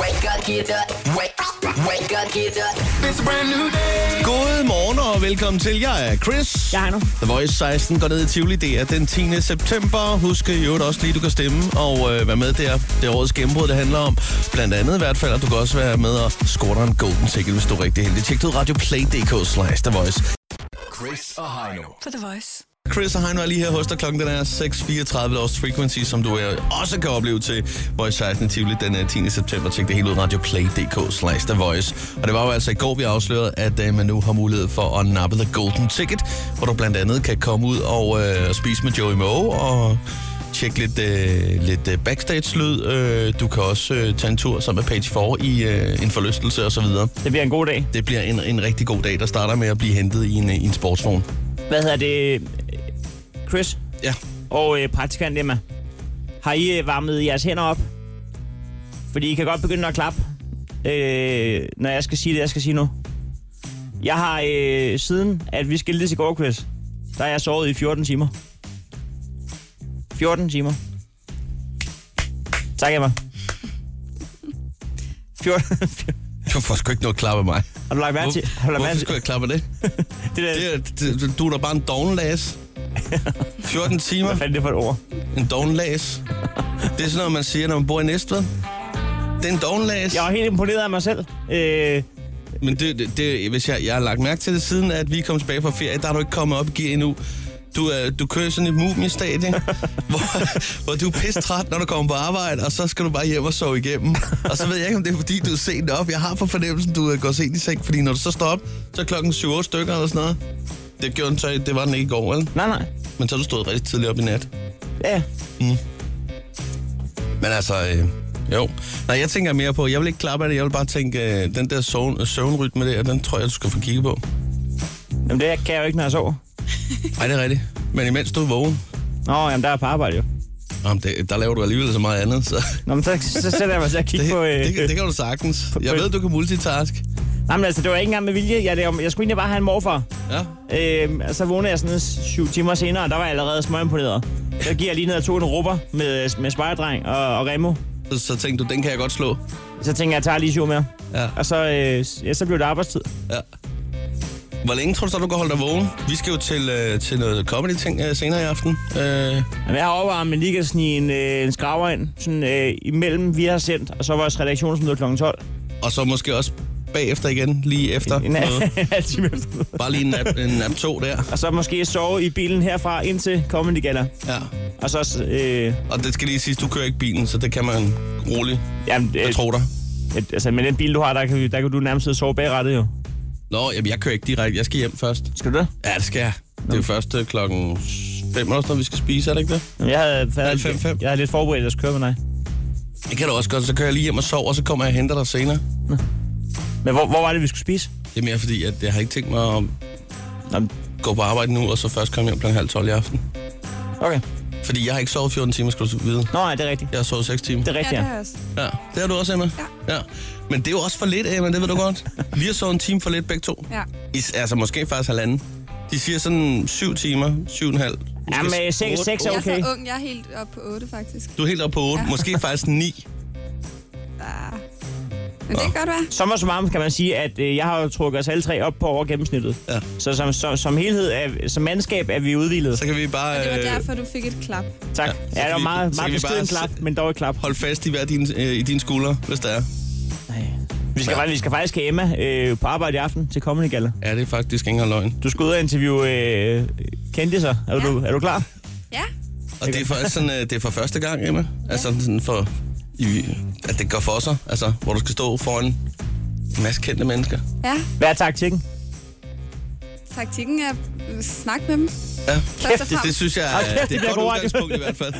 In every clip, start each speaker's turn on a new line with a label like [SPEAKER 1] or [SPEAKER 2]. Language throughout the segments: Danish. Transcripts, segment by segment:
[SPEAKER 1] Wake up, get up. Wake up, wake up, get up.
[SPEAKER 2] It's a brand new day.
[SPEAKER 3] God morgen og velkommen til. Jeg er Chris.
[SPEAKER 4] Jeg er Heino.
[SPEAKER 3] The Voice 16 går ned i Tivoli. Det er den 10. september. Husk i øvrigt også lige, du kan stemme og øh, være med der. Det er årets gennembrud, det handler om. Blandt andet i hvert fald, og du kan også være med og score dig en golden ticket, hvis du er rigtig heldig. Tjek det ud radioplay.dk slash The Voice.
[SPEAKER 2] Chris og Heino.
[SPEAKER 5] På The Voice.
[SPEAKER 3] Chris og Heino er lige her hos dig. Klokken den er 6.34 Lost Frequency, som du øh, også kan opleve til Voice 16 i Tivoli den øh, 10. september. Tjek det hele ud radioplay.dk slash The Voice. Og det var jo altså i går, vi afslørede, at øh, man nu har mulighed for at nappe The Golden Ticket, hvor du blandt andet kan komme ud og øh, spise med Joey Moe og tjekke lidt, øh, lidt øh, backstage-lyd. Øh, du kan også øh, tage en tur sammen med Page 4 i øh, en forlystelse osv.
[SPEAKER 4] Det bliver en god dag.
[SPEAKER 3] Det bliver en, en rigtig god dag, der starter med at blive hentet i en, øh, i en sportsvogn.
[SPEAKER 4] Hvad hedder det? Chris
[SPEAKER 3] Ja,
[SPEAKER 4] og øh, praktikant Emma. Har I øh, varmet jeres hænder op? Fordi I kan godt begynde at klappe, øh, når jeg skal sige det, jeg skal sige nu. Jeg har øh, siden, at vi skiltes i går, Chris, der har jeg sovet i 14 timer. 14 timer. Tak, Emma. 14,
[SPEAKER 3] Du får sgu ikke noget klap af mig.
[SPEAKER 4] har du lagt mærke til? Har du lagt
[SPEAKER 3] Hvorfor
[SPEAKER 4] mærke
[SPEAKER 3] skulle
[SPEAKER 4] til?
[SPEAKER 3] jeg klappe af det?
[SPEAKER 4] Det der,
[SPEAKER 3] det, er- det, det du er da bare en dogenlæs. 14 timer,
[SPEAKER 4] hvad fanden er det for et ord?
[SPEAKER 3] en dogenlæs. Det er sådan noget, man siger, når man bor i Næstved. Det er en dogenlæs.
[SPEAKER 4] Jeg var helt imponeret af mig selv. Øh,
[SPEAKER 3] Men det, det, det, hvis jeg, jeg har lagt mærke til det siden, at vi kom tilbage fra ferie, der er du ikke kommet op i gear endnu. Du, er, du kører i sådan et mumiestadie, hvor, hvor du er pisse træt, når du kommer på arbejde, og så skal du bare hjem og sove igennem. Og så ved jeg ikke, om det er, fordi du er sent op. Jeg har på fornemmelsen, du øh, går sent i seng, fordi når du så står op, så er klokken 7-8 stykker eller sådan noget. Det, gjorde den så, det var den ikke i går, vel?
[SPEAKER 4] nej, nej.
[SPEAKER 3] Men så er du stået rigtig tidligt op i nat.
[SPEAKER 4] Ja,
[SPEAKER 3] Men altså, øh, jo. Nej, jeg tænker mere på, jeg vil ikke klappe af det, jeg vil bare tænke, øh, den der søvn, søvnrytme der, den tror jeg, du skal få kigge på.
[SPEAKER 4] Jamen, det kan jeg jo ikke, når jeg sover.
[SPEAKER 3] Nej, det er rigtigt. Men imens du er vågen,
[SPEAKER 4] Nå, jamen, der er på arbejde jo.
[SPEAKER 3] jamen det, der laver du alligevel så meget andet. Så
[SPEAKER 4] Nå, men så, så sætter jeg mig til at kigge
[SPEAKER 3] det,
[SPEAKER 4] på... Øh,
[SPEAKER 3] det, det, det kan du sagtens. Jeg ved, du kan multitask.
[SPEAKER 4] Nej, men altså, det var ikke engang med vilje. Jeg, det, jeg skulle egentlig bare have en morfar.
[SPEAKER 3] Ja.
[SPEAKER 4] Øh, og så vågnede jeg sådan syv timer senere, og der var jeg allerede småimponeret. Så gik jeg lige ned og tog en rubber med, med spejdreng og, og Remo.
[SPEAKER 3] Så, så tænkte du, den kan jeg godt slå.
[SPEAKER 4] Så tænkte jeg, jeg tager lige syv mere.
[SPEAKER 3] Ja.
[SPEAKER 4] Og så, øh, ja, så blev det arbejdstid.
[SPEAKER 3] ja. Hvor længe tror du så, du kan holde dig vågen? Vi skal jo til, øh, til noget comedy-ting øh, senere i aften. Øh,
[SPEAKER 4] Jamen, jeg har overvejet, men lige kan snige en, øh, en skraver ind, sådan øh, imellem vi har sendt, og så vores redaktionsmøde kl. 12.
[SPEAKER 3] og så måske også bagefter igen, lige efter.
[SPEAKER 4] En,
[SPEAKER 3] Noget.
[SPEAKER 4] en halv time efter.
[SPEAKER 3] Bare lige en nap, en nap to der.
[SPEAKER 4] Og så måske sove i bilen herfra indtil Comedy Gala.
[SPEAKER 3] Ja.
[SPEAKER 4] Og så... Øh,
[SPEAKER 3] Og det skal lige siges, du kører ikke bilen, så det kan man roligt.
[SPEAKER 4] jamen, øh,
[SPEAKER 3] Jeg tror dig.
[SPEAKER 4] et, altså, med den bil, du har, der kan, der kan du nærmest sidde og sove bagrettet jo.
[SPEAKER 3] Nå, jamen, jeg kører ikke direkte. Jeg skal hjem først.
[SPEAKER 4] Skal du det?
[SPEAKER 3] Ja, det skal jeg. Det er jo først øh, klokken 5 eller sådan noget, vi skal spise, er det ikke det?
[SPEAKER 4] Jamen, jeg havde, jeg,
[SPEAKER 3] fem,
[SPEAKER 4] havde,
[SPEAKER 3] fem.
[SPEAKER 4] jeg havde lidt forberedt, at jeg skulle køre med dig.
[SPEAKER 3] Det kan du også godt. Så kører jeg lige hjem og sover, og så kommer jeg og henter dig senere.
[SPEAKER 4] Men hvor, hvor var det, vi skulle spise?
[SPEAKER 3] Det er mere fordi, at jeg har ikke tænkt mig at
[SPEAKER 4] Nå, men-
[SPEAKER 3] gå på arbejde nu, og så først komme hjem kl. halv 12 i aften.
[SPEAKER 4] Okay.
[SPEAKER 3] Fordi jeg har ikke sovet 14 timer, skal du vide.
[SPEAKER 4] Nå, nej, det er rigtigt.
[SPEAKER 3] Jeg har sovet 6 timer.
[SPEAKER 4] Det er
[SPEAKER 5] Ja,
[SPEAKER 4] rigtigt,
[SPEAKER 5] det
[SPEAKER 4] ja.
[SPEAKER 5] er også.
[SPEAKER 3] Ja, det har du også, Emma. Ja. ja. Men det er jo også for lidt, Emma, det ved du godt. Vi har sovet en time for lidt begge to.
[SPEAKER 5] Ja.
[SPEAKER 3] I, altså måske faktisk halvanden. De siger sådan 7 timer, 7,5.
[SPEAKER 4] Jamen, øh, seks- seks er
[SPEAKER 5] Jeg
[SPEAKER 4] okay.
[SPEAKER 5] er så ung, jeg er helt oppe på 8 faktisk.
[SPEAKER 3] Du er helt oppe på 8, ja. måske faktisk 9.
[SPEAKER 5] Ah. Men det kan godt være.
[SPEAKER 4] Som og som kan man sige, at øh, jeg har jo trukket os alle tre op på over gennemsnittet.
[SPEAKER 3] Ja.
[SPEAKER 4] Så som, som, som helhed, er, som mandskab, er vi udvildet.
[SPEAKER 3] Så kan vi bare...
[SPEAKER 5] Det var
[SPEAKER 3] øh,
[SPEAKER 5] derfor, du fik et klap.
[SPEAKER 4] Tak.
[SPEAKER 3] Ja,
[SPEAKER 4] Ja,
[SPEAKER 3] så
[SPEAKER 4] ja
[SPEAKER 3] kan
[SPEAKER 4] det var
[SPEAKER 3] vi-
[SPEAKER 4] meget,
[SPEAKER 3] så
[SPEAKER 4] meget
[SPEAKER 3] kan vi
[SPEAKER 4] beskeden
[SPEAKER 3] bare
[SPEAKER 4] klap,
[SPEAKER 3] se-
[SPEAKER 4] men dog et klap.
[SPEAKER 3] Hold fast i hver din, øh, i dine skuldre, hvis der er.
[SPEAKER 4] Nej. Vi skal,
[SPEAKER 3] Ja.
[SPEAKER 4] ja. vi skal faktisk have Emma øh, på arbejde i aften til Comedy Gala.
[SPEAKER 3] Ja, det er faktisk ikke engang løgn.
[SPEAKER 4] Du skal ud og interviewe øh, kendte sig. Er, ja. du, er du klar?
[SPEAKER 5] Ja,
[SPEAKER 3] Og det er for, sådan, øh, det er for første gang, Emma. Altså sådan for, i, at det går for sig. Altså, hvor du skal stå foran en masse kendte mennesker.
[SPEAKER 5] ja.
[SPEAKER 4] Hvad er taktikken?
[SPEAKER 5] Taktikken er øh, snak med dem.
[SPEAKER 3] Ja,
[SPEAKER 5] Først og
[SPEAKER 3] det, det
[SPEAKER 5] fremmest.
[SPEAKER 3] synes jeg
[SPEAKER 4] Hold
[SPEAKER 3] er,
[SPEAKER 4] kæft,
[SPEAKER 3] det er
[SPEAKER 4] det
[SPEAKER 3] et godt
[SPEAKER 4] er god
[SPEAKER 3] udgangspunkt i hvert fald.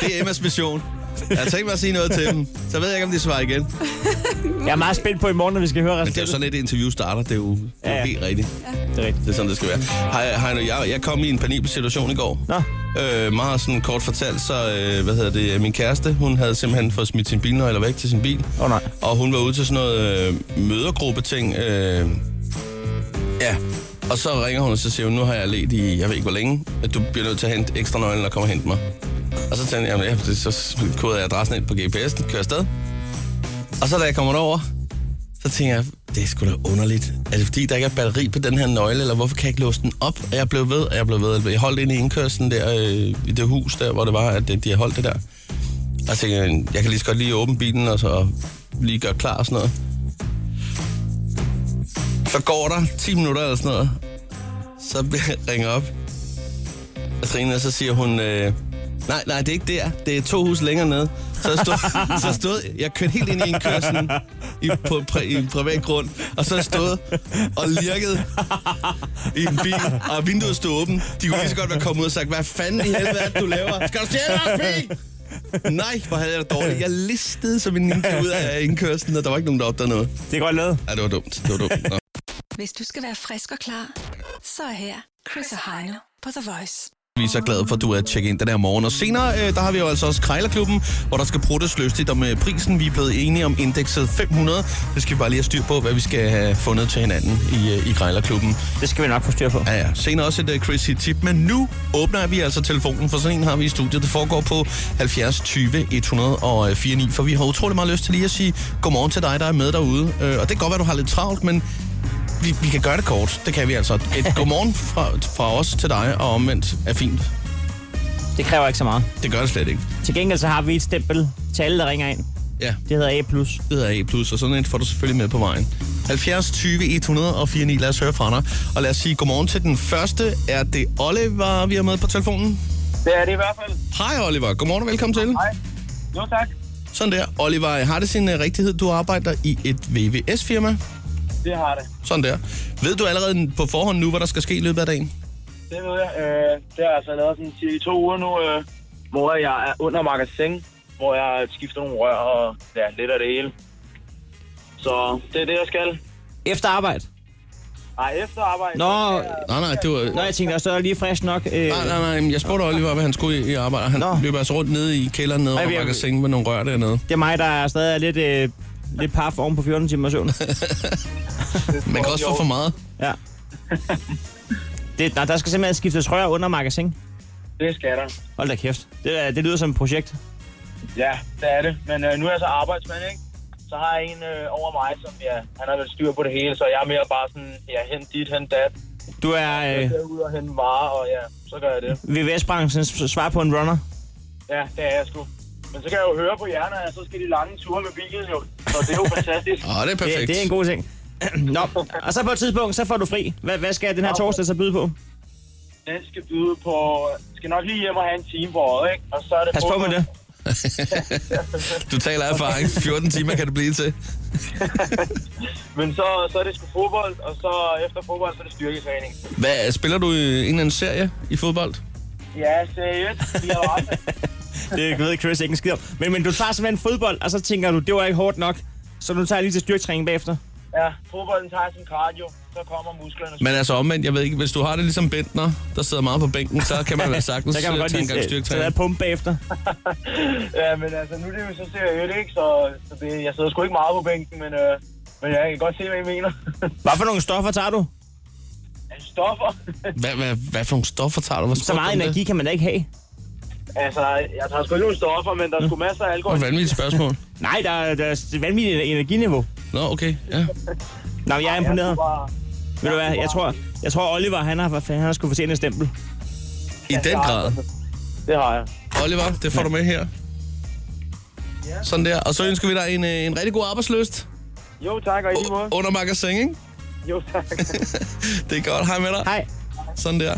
[SPEAKER 3] Det er Emmas mission. Jeg har tænkt mig at sige noget til dem, så ved jeg ikke, om de svarer igen.
[SPEAKER 4] Jeg er meget spændt på i morgen, når vi skal høre
[SPEAKER 3] Men det er jo
[SPEAKER 4] resultatet.
[SPEAKER 3] sådan, et interview starter. Det er jo, det er jo
[SPEAKER 4] Ja, ja.
[SPEAKER 3] helt rigtigt.
[SPEAKER 4] Det er rigtigt.
[SPEAKER 3] Det er sådan, det skal være. Hej, hej nu. Jeg, jeg kom i en paniksituation i går.
[SPEAKER 4] Nå.
[SPEAKER 3] Øh, meget sådan kort fortalt, så øh, hvad hedder det, min kæreste, hun havde simpelthen fået smidt sin bilnøgle væk til sin bil.
[SPEAKER 4] Åh, nej.
[SPEAKER 3] Og hun var ude til sådan noget øh, mødergruppe-ting. Øh, ja. Og så ringer hun, og så siger hun, nu har jeg let i, jeg ved ikke hvor længe, at du bliver nødt til at hente ekstra nøglen og komme og hente mig. Og så tænkte jeg, jamen, ja, det- så koder jeg adressen ind på GPS'en, kører afsted. Og så da jeg kommer derover, så tænker jeg, det er sgu da underligt. Er det fordi, der ikke er batteri på den her nøgle, eller hvorfor kan jeg ikke låse den op? Og jeg blev ved, og jeg blev ved. og Jeg blev- jeg holdt ind i indkørslen der, øh, i det hus der, hvor det var, at øh, de har holdt det der. Og jeg tænkte, jeg, jeg kan lige så godt lige åbne bilen, og så lige gøre klar og sådan noget. Så går der 10 minutter eller sådan noget, så bliver jeg ringer op af Trine, og så siger hun, øh, nej, nej, det er ikke der. Det er to hus længere nede. Så jeg stod, så stod jeg kørte helt ind i en kørsel i, på, pri, i en privat grund, og så stod og lirkede i en bil, og vinduet stod åbent. De kunne lige så godt være kommet ud og sagt, hvad fanden i helvede er det, du laver? Skal du stjæle vores bil? Nej, hvor havde jeg det dårligt. Jeg listede som en ninja ud af indkørslen, og der var ikke nogen, der opdagede noget.
[SPEAKER 4] Det er godt lavet.
[SPEAKER 3] Ja, det var dumt. Det var dumt. Nå.
[SPEAKER 6] Hvis du skal være frisk og klar, så er her Chris og Heino på The Voice.
[SPEAKER 3] Vi er så glade for, at du er tjekket ind den her morgen. Og senere, øh, der har vi jo altså også Krejlerklubben, hvor der skal bruttes løstigt om øh, prisen. Vi er blevet enige om indekset 500. Det skal vi bare lige have styr på, hvad vi skal have fundet til hinanden i, øh, i Krejlerklubben.
[SPEAKER 4] Det skal vi nok få styr på.
[SPEAKER 3] Ja, ja. Senere også et uh, crazy tip, men nu åbner vi altså telefonen, for sådan en har vi i studiet. Det foregår på 70 20 104 9, øh, for vi har utrolig meget lyst til lige at sige godmorgen til dig, der er med derude. Uh, og det kan godt være, du har lidt travlt, men vi, vi kan gøre det kort. Det kan vi altså. Et godmorgen fra, fra os til dig, og omvendt er fint.
[SPEAKER 4] Det kræver ikke så meget.
[SPEAKER 3] Det gør det slet ikke.
[SPEAKER 4] Til gengæld så har vi et stempel til alle, der ringer ind.
[SPEAKER 3] Ja,
[SPEAKER 4] Det hedder A+.
[SPEAKER 3] det hedder A+, og sådan en får du selvfølgelig med på vejen. 70 20 104 9, lad os høre fra dig. Og lad os sige godmorgen til den første. Er det Oliver, vi har med på telefonen?
[SPEAKER 7] Det er det i hvert fald.
[SPEAKER 3] Hej Oliver, godmorgen og velkommen til.
[SPEAKER 7] Hej. Jo tak.
[SPEAKER 3] Sådan der. Oliver, har det sin uh, rigtighed, du arbejder i et VVS-firma?
[SPEAKER 7] Det har det.
[SPEAKER 3] Sådan der. Ved du allerede på forhånd nu, hvad der skal ske i løbet af dagen?
[SPEAKER 7] Det ved jeg. Øh, det har altså lavet sådan cirka to uger nu, øh, hvor jeg er under magasin, hvor jeg skifter nogle rør og ja, lidt af det hele. Så det er det, jeg skal.
[SPEAKER 4] Efter arbejde.
[SPEAKER 7] Nej, efter arbejde.
[SPEAKER 4] Nå,
[SPEAKER 3] Nej, nej, det var...
[SPEAKER 4] nå jeg tænkte, at så er jeg lige frisk nok. Øh,
[SPEAKER 3] Nej, nej, nej. men Jeg spurgte Oliver, hvad han skulle i, i arbejde. Han
[SPEAKER 4] Nå.
[SPEAKER 3] løber altså rundt nede i kælderen nede
[SPEAKER 4] Ej,
[SPEAKER 3] over
[SPEAKER 4] vi er-
[SPEAKER 3] magasin med nogle rør dernede.
[SPEAKER 4] det er mig, der er stadig er lidt, øh, lidt paf oven på 14 timer søvn.
[SPEAKER 3] Man kan også få for meget.
[SPEAKER 4] Ja. Det, nej, der skal simpelthen skiftes rør under magasin.
[SPEAKER 7] Det skal der.
[SPEAKER 4] Hold da kæft. Det, er- det lyder som et projekt.
[SPEAKER 7] Ja, det er det. Men øh, nu er jeg så arbejdsmand, ikke? Så har jeg en øh, over mig, som ja, han har vel styr på det hele, så jeg er mere bare sådan, ja, hent dit, hent dat.
[SPEAKER 4] Du er
[SPEAKER 7] Jeg
[SPEAKER 4] øh,
[SPEAKER 7] skal ud og hente varer, og ja, så gør jeg det.
[SPEAKER 4] VVS-branchens svar på en runner.
[SPEAKER 7] Ja, det er jeg sgu. Men så kan jeg jo høre på hjernen, at så skal de lange ture med bilen jo. Så det er jo fantastisk.
[SPEAKER 3] Åh, det er perfekt.
[SPEAKER 4] Det, det er en god ting. Nå, og så på et tidspunkt, så får du fri. Hvad, hvad skal den her torsdag så byde på?
[SPEAKER 7] Den skal byde på... Skal nok lige hjem og have en time på øjet, ikke? Og så er det
[SPEAKER 4] Pas på med det.
[SPEAKER 3] Du taler af erfaring. 14 timer kan det blive til.
[SPEAKER 7] Men så, så er det sgu fodbold, og så efter fodbold, så er det styrketræning.
[SPEAKER 3] Hvad, spiller du i en eller anden serie i fodbold?
[SPEAKER 7] Ja, seriøst. Vi har jo også...
[SPEAKER 4] Det ved Chris ikke en skid om. Men, men du tager simpelthen fodbold, og så tænker du, det var ikke hårdt nok. Så nu tager jeg lige til styrketræning bagefter.
[SPEAKER 7] Ja, fodbolden tager sin cardio, så kommer musklerne.
[SPEAKER 3] Men altså omvendt, jeg ved ikke, hvis du har det ligesom Bentner, der sidder meget på bænken, så kan man da sagtens
[SPEAKER 4] Så kan man
[SPEAKER 3] øh,
[SPEAKER 4] godt
[SPEAKER 3] tage en gang
[SPEAKER 4] lige øh, tage
[SPEAKER 3] styrketræning.
[SPEAKER 4] at pumpe bagefter.
[SPEAKER 7] Ja, men altså, nu er det jo så seriøst, ikke? Så, så det, jeg sidder sgu ikke meget på bænken, men, øh, men jeg kan godt se, hvad I mener.
[SPEAKER 4] Hvad for nogle stoffer tager du?
[SPEAKER 7] Altså, Stoffer.
[SPEAKER 3] Hvad, hvad, hvad for nogle stoffer tager du? Hvor
[SPEAKER 4] Så meget energi kan man da ikke have.
[SPEAKER 7] altså, jeg tager sgu ikke nogen stoffer, men der er sgu masser af
[SPEAKER 3] Det
[SPEAKER 7] alkohol.
[SPEAKER 3] var et vanvittigt spørgsmål.
[SPEAKER 4] Nej, der, er- der er et vanvittigt energiniveau.
[SPEAKER 3] Nå, okay. Ja.
[SPEAKER 4] Nå, men jeg er imponeret.
[SPEAKER 7] Jeg skulle bare-
[SPEAKER 4] Ved du hvad, jeg tror, jeg tror Oliver, han har, hvad fanden, han har skulle fortjene et stempel.
[SPEAKER 3] I den grad.
[SPEAKER 7] Det har jeg.
[SPEAKER 3] Oliver, det får du med her. Sådan der. Og så ønsker vi dig en, øh, en rigtig god arbejdsløst
[SPEAKER 7] Jo, tak, og i lige måde.
[SPEAKER 3] under magasin, ikke?
[SPEAKER 7] Jo, tak.
[SPEAKER 3] Det er godt. Hej med dig.
[SPEAKER 4] Hej.
[SPEAKER 3] Sådan der.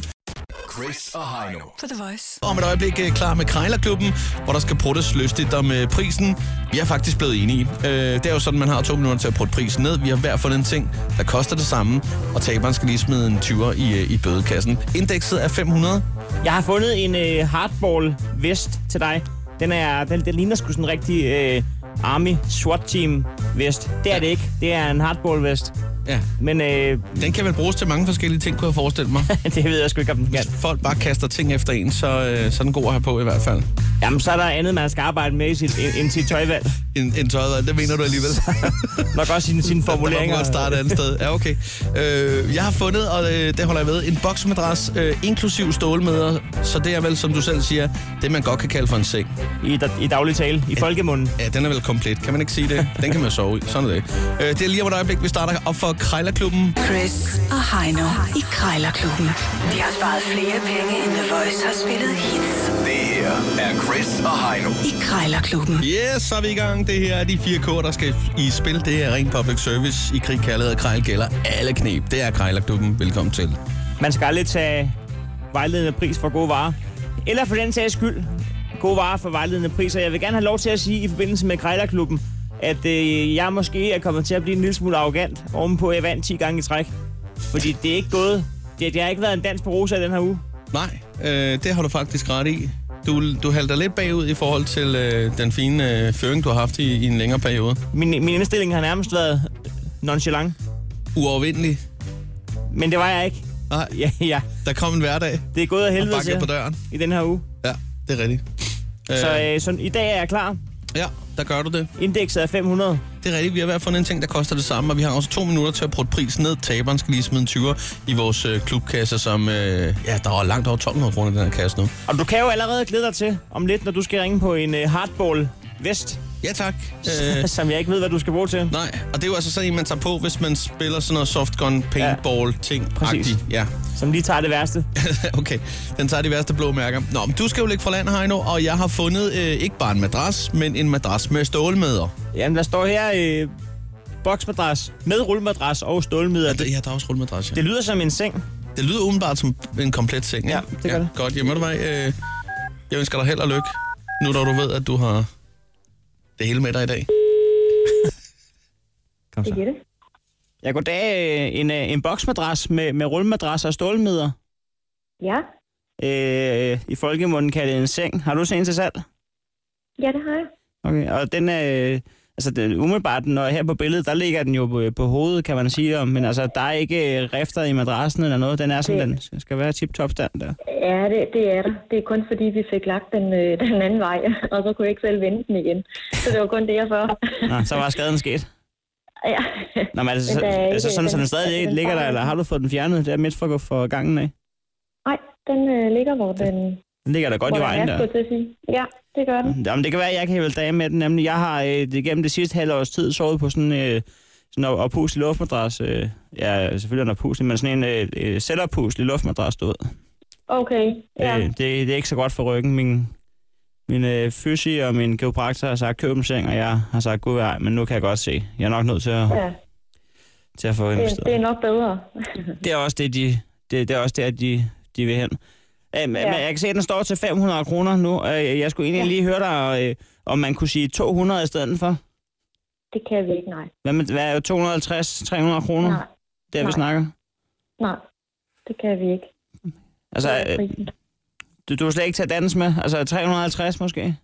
[SPEAKER 2] Chris og Heino.
[SPEAKER 6] På The Voice.
[SPEAKER 3] Om et øjeblik øh, klar med Krejlerklubben, hvor der skal pruttes lystigt om øh, prisen. Vi er faktisk blevet enige. Øh, det er jo sådan, man har to minutter til at prutte prisen ned. Vi har hver fundet en ting, der koster det samme, og taberen skal lige smide en 20'er i, øh, i bødekassen. Indekset er 500.
[SPEAKER 4] Jeg har fundet en øh, hardball vest til dig. Den, er, den, den ligner sgu sådan en rigtig øh, Army SWAT Team vest. Det er det ikke. Det er en hardball vest.
[SPEAKER 3] Ja.
[SPEAKER 4] Men øh,
[SPEAKER 3] Den kan vel bruges til mange forskellige ting, kunne jeg forestille mig.
[SPEAKER 4] det ved jeg sgu ikke, om den kan.
[SPEAKER 3] Hvis folk bare kaster ting efter en, så, øh, så er den god at have på i hvert fald.
[SPEAKER 4] Jamen, så er der andet, man skal arbejde med i sit, end, end sit tøjvalg.
[SPEAKER 3] end, end tøjet var. Det mener du alligevel.
[SPEAKER 4] Nok også sine, sine
[SPEAKER 3] Der må
[SPEAKER 4] formuleringer.
[SPEAKER 3] godt starte et andet sted. Ja, okay. Øh, jeg har fundet, og øh, det holder jeg ved, en boksmadras øh, inklusiv stålmeder. Så det er vel, som du selv siger, det man godt kan kalde for en seng.
[SPEAKER 4] I, da, I daglig tale. I folkemunden.
[SPEAKER 3] Ja, den er vel komplet. Kan man ikke sige det? Den kan man sove i. Sådan er det. Øh, det er lige om et øjeblik, vi starter op for Krejlerklubben.
[SPEAKER 6] Chris og Heino i Krejlerklubben. De har sparet flere penge, end The Voice har spillet hits
[SPEAKER 2] Det her er Chris og Heino.
[SPEAKER 6] i Krejlerklubben.
[SPEAKER 3] Yes, så er vi i gang. Det her er de fire kår, der skal i spil. Det er ren public service. I krig, kærlighed og krejl gælder alle knep. Det er Krejlerklubben. Velkommen til.
[SPEAKER 4] Man skal aldrig tage vejledende pris for gode varer. Eller for den sags skyld, gode varer for vejledende priser. Jeg vil gerne have lov til at sige i forbindelse med Krejlerklubben, at øh, jeg måske er kommet til at blive en lille smule arrogant ovenpå, at jeg vandt 10 gange i træk. Fordi det er ikke gået. Det, det har ikke været en dans på rosa i den her uge.
[SPEAKER 3] Nej, øh, det har du faktisk ret i. Du, du halter lidt bagud i forhold til øh, den fine øh, føring, du har haft i, i en længere periode.
[SPEAKER 4] Min, min indstilling har nærmest været øh, nonchalant.
[SPEAKER 3] Uovervindelig.
[SPEAKER 4] Men det var jeg ikke.
[SPEAKER 3] Nej,
[SPEAKER 4] Ja, ja.
[SPEAKER 3] der kom en hverdag
[SPEAKER 4] Det er gået af
[SPEAKER 3] og
[SPEAKER 4] helvede
[SPEAKER 3] banker på
[SPEAKER 4] til
[SPEAKER 3] døren.
[SPEAKER 4] i den her uge.
[SPEAKER 3] Ja, det er rigtigt. Øh,
[SPEAKER 4] Så, øh, så i dag er jeg klar.
[SPEAKER 3] ja, der gør du det.
[SPEAKER 4] Indekset er 500.
[SPEAKER 3] Det er rigtigt. Vi har i hvert fald fundet en ting, der koster det samme, og vi har også to minutter til at prøve prisen ned. Taberen skal lige smide en 20'er i vores øh, klubkasse, som... Øh, ja, der er langt over 1200 kroner i den her kasse nu.
[SPEAKER 4] Og du kan jo allerede glæde dig til om lidt, når du skal ringe på en øh, hardball vest,
[SPEAKER 3] Ja, tak. Øh,
[SPEAKER 4] som jeg ikke ved, hvad du skal bruge til.
[SPEAKER 3] nej, og det er jo altså sådan en, man tager på, hvis man spiller sådan noget softgun, paintball, ting.
[SPEAKER 4] præcis.
[SPEAKER 3] Ja,
[SPEAKER 4] Som lige tager det værste.
[SPEAKER 3] okay. Den tager de værste blå mærker. Nå, men du skal jo ligge fra land, Heino, og jeg har fundet øh, ikke bare en madras, men en madras med stålmæder.
[SPEAKER 4] Jamen, der står her øh, boksmadras med rullemadras og stålmiddel.
[SPEAKER 3] Ja,
[SPEAKER 4] Det,
[SPEAKER 3] det, ja, der er også rullemadras, ja.
[SPEAKER 4] det
[SPEAKER 3] Det,
[SPEAKER 4] lyder som en seng.
[SPEAKER 3] det lyder umiddelbart som en komplet seng, ikke?
[SPEAKER 4] Ja, det gør det.
[SPEAKER 3] Godt, jamen ved du hvad, øh, jeg ønsker dig held og lykke, nu da du ved, at du har det hele med dig i dag.
[SPEAKER 4] Kom så. Jeg går dag øh, en, øh, en boksmadras med, med rullemadras og stålmiddel.
[SPEAKER 8] Ja,
[SPEAKER 4] Øh, I folkemunden kaldet en seng. Har du set en til salg?
[SPEAKER 8] ja det har jeg.
[SPEAKER 4] Okay, og den er... øh, Altså, den, umiddelbart, når her på billedet, der ligger den jo på, øh, på hovedet, kan man sige. og- Men altså, der er ikke øh, rifter i madrassen eller noget. Den er, som
[SPEAKER 8] Det-
[SPEAKER 4] den skal- skal være tip-top stand der.
[SPEAKER 8] Ja, det, det er der. Det er kun fordi, vi fik lagt den, øh, den anden vej, og så kunne jeg ikke selv vende den igen. Så det var kun det, jeg for.
[SPEAKER 4] Nå, så var skaden sket.
[SPEAKER 8] ja.
[SPEAKER 4] Nå, men altså,
[SPEAKER 8] Men
[SPEAKER 4] så,
[SPEAKER 8] der er
[SPEAKER 4] altså
[SPEAKER 8] ikke-
[SPEAKER 4] sådan, så den
[SPEAKER 8] den-
[SPEAKER 4] stadig ikke
[SPEAKER 8] den
[SPEAKER 4] ligger der,
[SPEAKER 8] fejler
[SPEAKER 4] eller
[SPEAKER 8] ikke.
[SPEAKER 4] har du fået den fjernet der midt for, for gangen af?
[SPEAKER 8] Nej, den øh, ligger, hvor den,
[SPEAKER 4] Den ligger der godt
[SPEAKER 8] hvor
[SPEAKER 4] i
[SPEAKER 8] den
[SPEAKER 4] vejen Mm.
[SPEAKER 8] er,
[SPEAKER 4] der.
[SPEAKER 8] skulle jeg til at sige. Ja, det gør den.
[SPEAKER 4] Jamen, det kan være, at jeg kan hæve dag med den. Nemlig, jeg har øh, det- gennem det sidste halve års tid sovet på sådan øh, sådan en oppustelig luftmadras. Øh, ja, selvfølgelig en oppustelig, men sådan en øh, øh, selvoppustelig luftmadras, du ved.
[SPEAKER 8] Okay, ja.
[SPEAKER 4] Øh, det, det er ikke så godt for ryggen. Min, min øh, fysi og min kiropraktor har sagt, køb en seng, og jeg har sagt, gud ej, men nu kan jeg godt se. Jeg er nok nødt til at,
[SPEAKER 8] ja.
[SPEAKER 4] til at få
[SPEAKER 8] Det,
[SPEAKER 4] investeret.
[SPEAKER 8] det er nok bedre.
[SPEAKER 4] Det er også det, de, det, det er også der, de, de vil hen. Øhm, ja.
[SPEAKER 8] Ja.
[SPEAKER 4] men jeg kan se, at den står til 500 kroner nu, og jeg jeg skulle egentlig ja. lige høre dig, øh, om man kunne sige 200 i stedet for.
[SPEAKER 8] Det kan vi ikke, nej.
[SPEAKER 4] Hvad, med, hvad er jo 250, 300 kroner,
[SPEAKER 8] Nej,
[SPEAKER 4] der vi
[SPEAKER 8] nej.
[SPEAKER 4] snakker?
[SPEAKER 8] nej. Det kan vi ikke.
[SPEAKER 4] Altså, øh,
[SPEAKER 8] Prisen.
[SPEAKER 4] du, du vil slet ikke tage dans med? Altså 350 måske?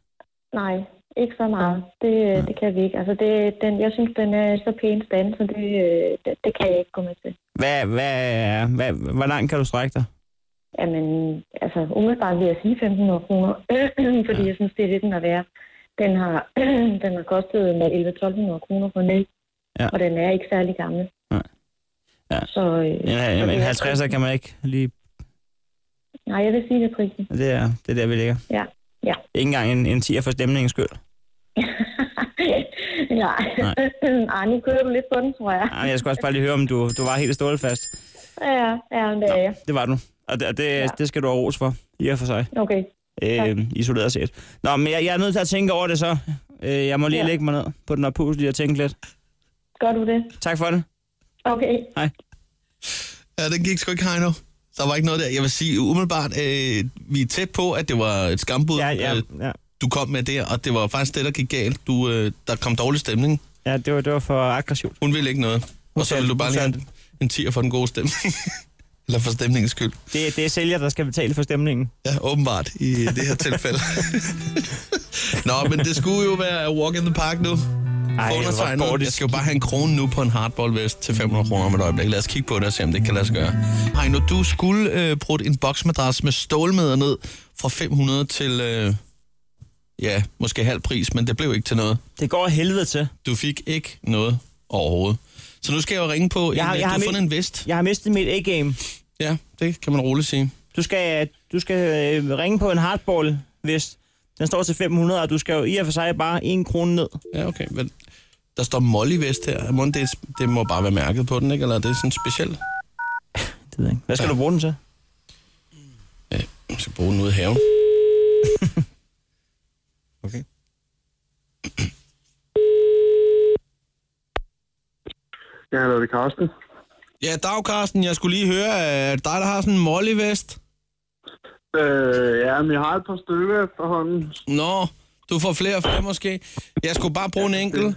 [SPEAKER 8] Nej, ikke så meget. Det, øh, det kan vi ikke. Altså, det, den, jeg synes, den er så pæn stand, så det, øh, det, det kan jeg ikke gå med til.
[SPEAKER 4] Hvad, hvad, hvad, hvor langt kan du strække dig?
[SPEAKER 8] Jamen, altså umiddelbart vil jeg sige 1.500 kroner, fordi ja. jeg synes, det er det, den er værd. Den har, den har kostet med 11-1.200 kroner for ny,
[SPEAKER 4] Ja.
[SPEAKER 8] ja. og den er ikke særlig gammel.
[SPEAKER 4] Nej. Ja.
[SPEAKER 8] Så, øh,
[SPEAKER 4] En,
[SPEAKER 8] så
[SPEAKER 4] en,
[SPEAKER 8] det
[SPEAKER 4] en
[SPEAKER 8] er-
[SPEAKER 4] 50'er kan man ikke lige...
[SPEAKER 8] Nej, jeg vil sige det er prisen.
[SPEAKER 4] Det er, det er der, vi ligger.
[SPEAKER 8] Ja, ja.
[SPEAKER 4] Ikke engang en, en 10'er for stemningens skyld.
[SPEAKER 8] Nej.
[SPEAKER 4] Nej.
[SPEAKER 8] Nej, nu kører du lidt på den, tror jeg.
[SPEAKER 4] Ej, jeg skulle også bare lige høre, om du, du var helt stålfast.
[SPEAKER 8] Ja, ja, men det er jeg.
[SPEAKER 4] Det var du. Og det, og det, ja.
[SPEAKER 8] Ja.
[SPEAKER 4] det skal du have ros for, i og for sig,
[SPEAKER 8] Okay.
[SPEAKER 4] øh, isoleret set. Nå, men jeg, jeg er nødt til at tænke over det så. Øh, jeg må lige ja.
[SPEAKER 8] Ja.
[SPEAKER 4] lægge mig ned på den oppuselige og tænke lidt.
[SPEAKER 8] Gør du det?
[SPEAKER 4] Tak for det.
[SPEAKER 8] Okay.
[SPEAKER 3] Ja, den gik sgu ikke, Heino. Der var ikke noget der. Jeg vil sige umiddelbart, øh, vi er tæt på, at det var et skambud,
[SPEAKER 4] Ja, ja,
[SPEAKER 3] øh,
[SPEAKER 4] ja.
[SPEAKER 3] du kom med der, og det var faktisk det, der gik galt. Du, øh, der kom dårlig stemning.
[SPEAKER 4] ja det, var, det var for aggressivt.
[SPEAKER 3] Hun ville ikke noget. Og så
[SPEAKER 4] sagde-
[SPEAKER 3] ville du bare
[SPEAKER 4] hun
[SPEAKER 3] lige have
[SPEAKER 4] sagde
[SPEAKER 3] en, en tier for den gode stemning. Eller for stemningens skyld.
[SPEAKER 4] Det, det er sælger, der skal betale for stemningen.
[SPEAKER 3] Ja, åbenbart i det her tilfælde. Nå, men det skulle jo være walk in the park nu.
[SPEAKER 4] Ej,
[SPEAKER 3] Undertegnet.
[SPEAKER 4] hvor går
[SPEAKER 3] Jeg
[SPEAKER 4] det
[SPEAKER 3] skal jo bare have en krone nu på en hardballvest til 500 kroner om et øjeblik. Lad os kigge på det og se, om det kan lade sig gøre. Hej, når du skulle øh, bruge en boksmadras med stålmæder ned fra 500 til... Øh, ja, måske halv pris, men det blev ikke til noget.
[SPEAKER 4] Det går af helvede til.
[SPEAKER 3] Du fik ikke noget overhovedet. Så nu skal jeg jo ringe på, jeg
[SPEAKER 4] har-
[SPEAKER 3] har, en,
[SPEAKER 4] jeg
[SPEAKER 3] jeg du
[SPEAKER 4] har
[SPEAKER 3] har
[SPEAKER 4] mit-
[SPEAKER 3] fundet en vest.
[SPEAKER 4] Jeg har mistet mit A-game.
[SPEAKER 3] Ja, det kan man roligt sige.
[SPEAKER 4] Du skal, du skal øh, ringe på en hardball, hvis den står til 500, og du skal jo i og for sig bare en krone ned.
[SPEAKER 3] Ja, okay. Men der står Molly Vest her. Mon, det, er et- det må bare være mærket på den, ikke? Eller er det sådan specielt?
[SPEAKER 4] Det ved jeg ikke. Hvad skal ja. du bruge den til?
[SPEAKER 3] Ja, jeg skal bruge den ude i haven. okay.
[SPEAKER 9] Ja, hallo, det er Carsten.
[SPEAKER 3] Ja, dag Carsten, jeg skulle lige høre, at dig, der har sådan en Molly Vest.
[SPEAKER 9] Øh, ja, men jeg har et par stykker efterhånden.
[SPEAKER 3] Nå, du får flere og flere måske. Jeg skulle bare bruge en enkelt.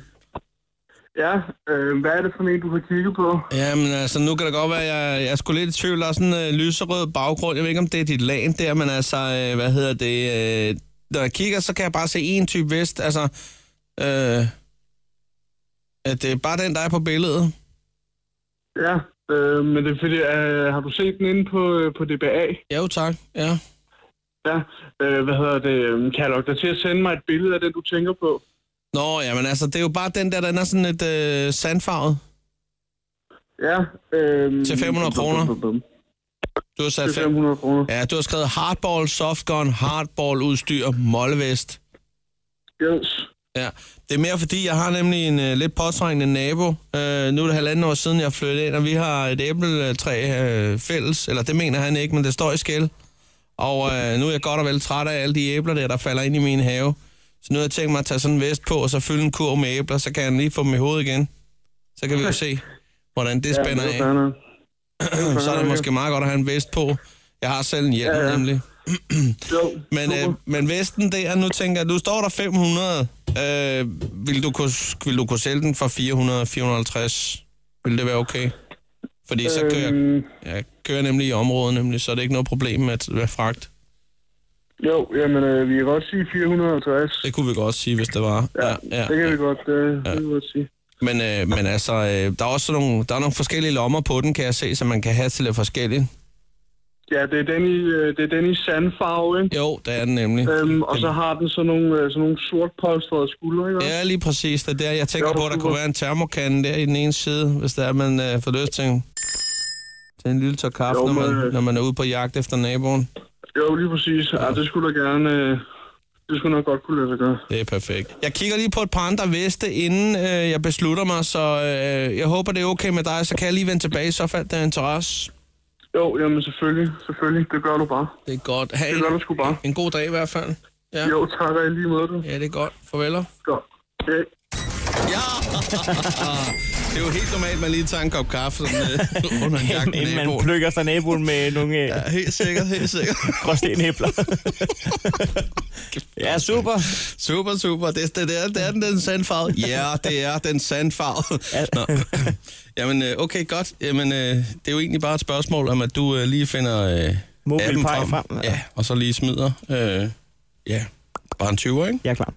[SPEAKER 9] Ja, øh, hvad er det for en, du har kigget på?
[SPEAKER 3] Jamen altså, nu kan det godt være, jeg, jeg skulle lidt i tvivl. Der er sådan en øh, lyserød baggrund. Jeg ved ikke, om det er dit lag der, men altså, øh, hvad hedder det? Øh, når jeg kigger, så kan jeg bare se en type vest. Altså, øh, at det er bare den, der er på billedet.
[SPEAKER 9] Ja, øh, men det er fordi, øh, har du set den inde på, øh, på DBA?
[SPEAKER 3] Ja, jo, tak. Ja.
[SPEAKER 9] Ja, øh, hvad hedder det? øh, Kan jeg lukke dig til at sende mig et billede af den, du tænker på?
[SPEAKER 3] Nå, jamen altså, det er jo bare den der, den er sådan lidt øh, sandfarvet.
[SPEAKER 9] Ja. Øh,
[SPEAKER 3] Til 500 kroner. Altså- Du har sat
[SPEAKER 9] Til
[SPEAKER 3] fem.
[SPEAKER 9] 500 kroner.
[SPEAKER 3] Ja, du har skrevet hardball, softgun, hardball udstyr, mollevest.
[SPEAKER 9] Yes.
[SPEAKER 3] Ja, det er mere fordi, jeg har nemlig en øh, lidt påtrængende nabo. Øh, nu er det halvanden år siden, jeg flyttede ind, og vi har et æbletræ øh, fælles. Eller det mener han ikke, men det står i skæld. Og øh, nu er jeg godt og vel træt af alle de æbler der, der falder ind i min have. Så nu har jeg tænkt mig at tage sådan en vest på, og så fylde en kurv med æbler, så kan jeg lige få dem i hovedet igen. Så kan vi jo se, hvordan det
[SPEAKER 9] Ja,
[SPEAKER 3] spænder
[SPEAKER 9] det er fair
[SPEAKER 3] af.
[SPEAKER 9] nok.
[SPEAKER 3] Så er det måske meget godt at have en vest på. Jeg har selv en hjelm,
[SPEAKER 9] Øh, Ja, ja.
[SPEAKER 3] nemlig.
[SPEAKER 9] Jo,
[SPEAKER 3] Men,
[SPEAKER 9] super.
[SPEAKER 3] øh, men Vesten der, nu tænker jeg, nu står der 500. Øh, vil, du kunne, vil du kunne sælge den for 400-450? Vil det være okay? Fordi så kører jeg,
[SPEAKER 9] Øhm,
[SPEAKER 3] jeg kører nemlig i området, nemlig, så er det ikke noget problem med, med fragt.
[SPEAKER 9] jo, jamen, øh, vi kan godt sige 450.
[SPEAKER 3] Det kunne vi godt sige, hvis det var. Ja, ja.
[SPEAKER 9] det kan vi godt, øh, det kan vi godt sige.
[SPEAKER 3] Men, øh, men altså, øh, der er også nogle, der er nogle forskellige lommer på den, kan jeg se, så man kan have til lidt forskelligt.
[SPEAKER 9] Ja, det er den i, øh, det er den i sandfarve, ikke?
[SPEAKER 3] Jo, det er den nemlig.
[SPEAKER 9] Øhm, og så har den sådan nogle, øh, sådan nogle sortpolstrede skuldre, ikke?
[SPEAKER 3] Ja, lige præcis. Det er der, jeg tænker
[SPEAKER 9] Jo,
[SPEAKER 3] på, at der
[SPEAKER 9] super.
[SPEAKER 3] kunne være en termokande der i den ene side, hvis der er, man øh, får lyst til, en- til en lille tør kaffe,
[SPEAKER 9] Jo,
[SPEAKER 3] når, man,
[SPEAKER 9] men, øh,
[SPEAKER 3] når man er ude på jagt efter naboen.
[SPEAKER 9] Jo, lige præcis. Ja, det skulle da gerne... Øh, det skulle nok godt kunne lade sig gøre.
[SPEAKER 3] Det er perfekt. Jeg kigger lige på et par andre veste, inden øh, jeg beslutter mig, så øh, jeg håber, det er okay med dig, så kan jeg lige vende tilbage, i så faldt der er interesse.
[SPEAKER 9] Jo, jamen selvfølgelig. Selvfølgelig. Det gør du bare.
[SPEAKER 3] Det er godt. Ha'
[SPEAKER 9] Det gør du
[SPEAKER 3] en,
[SPEAKER 9] sgu bare.
[SPEAKER 3] en god dag i hvert fald. Ja.
[SPEAKER 9] Jo, tak og i lige måde, du.
[SPEAKER 3] Ja, det er godt. Farveler.
[SPEAKER 9] Godt. Ja.
[SPEAKER 3] Ja! det er jo helt normalt, at man lige tager en kop kaffe sådan, øh, under en jagt med
[SPEAKER 4] Inden man
[SPEAKER 3] naboen.
[SPEAKER 4] plukker efter naboen med nogle øh,
[SPEAKER 3] Ja, helt sikkert, helt sikkert.
[SPEAKER 4] gråstenæbler. ja, super.
[SPEAKER 3] Super, super. Det, det, det, er, det er den, den sandfarvede. Ja, yeah, det er den sandfarvede. Nå. Jamen, øh, okay, godt. Jamen, øh, det er jo egentlig bare et spørgsmål om, at du øh, lige finder øh,
[SPEAKER 4] Mobil
[SPEAKER 3] appen
[SPEAKER 4] pej
[SPEAKER 3] frem.
[SPEAKER 4] frem, ja.
[SPEAKER 3] Ja, og så lige smider. Øh, ja, bare en 20'er, ikke?
[SPEAKER 4] Jeg er klar.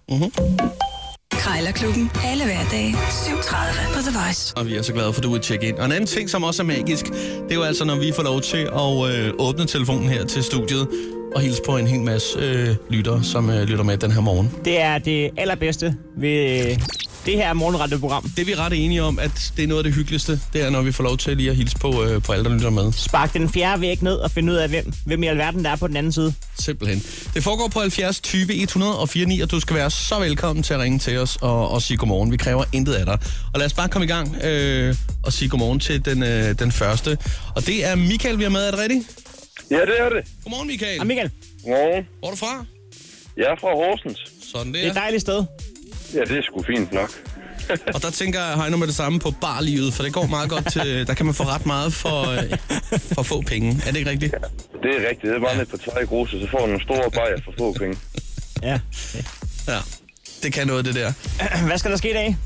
[SPEAKER 6] Krejlerklubben. Alle hverdage. 7.30 på The Voice.
[SPEAKER 3] Og vi er så glade for, at du vil tjekke ind. Og en anden ting, som også er magisk, det er jo altså, når vi får lov til at øh, åbne telefonen her til studiet og hilse på en hel masse øh, lyttere, som øh, lytter med den her morgen.
[SPEAKER 4] Det er det allerbedste ved øh, det her morgenradioprogram.
[SPEAKER 3] Det vi er ret enige om, at det er noget af det hyggeligste, det er, når vi får lov til lige at hilse på, øh, på alle, der lytter med.
[SPEAKER 4] Spark den fjerde væg ned og finde ud af, hvem, hvem i alverden der er på den anden side.
[SPEAKER 3] Simpelthen. Det foregår på 70 20 104 9, og du skal være så velkommen til at ringe til os og, og sige godmorgen. Vi kræver intet af dig. Og lad os bare komme i gang øh, og sige godmorgen til den, øh, den første. Og det er Michael, vi har med. Er det rigtigt?
[SPEAKER 7] Ja, det er det.
[SPEAKER 3] Godmorgen, Michael.
[SPEAKER 4] Og Ah, Michael,
[SPEAKER 7] Godmorgen.
[SPEAKER 3] Hvor er du fra?
[SPEAKER 7] Jeg er fra Horsens.
[SPEAKER 3] Sådan
[SPEAKER 4] det er
[SPEAKER 3] der.
[SPEAKER 4] et dejligt sted.
[SPEAKER 7] Ja, det er sgu fint nok.
[SPEAKER 3] Og der tænker jeg Heino med det samme på barlivet, for det går meget godt til... Der kan man få ret meget for, øh, for få penge. Er det ikke rigtigt?
[SPEAKER 7] Det er rigtigt. Det er bare lidt på tre gruse, så får du nogle store bajer for få penge.
[SPEAKER 4] Ja.
[SPEAKER 3] Ja. Det kan noget, det der.
[SPEAKER 4] Hvad skal der ske i dag?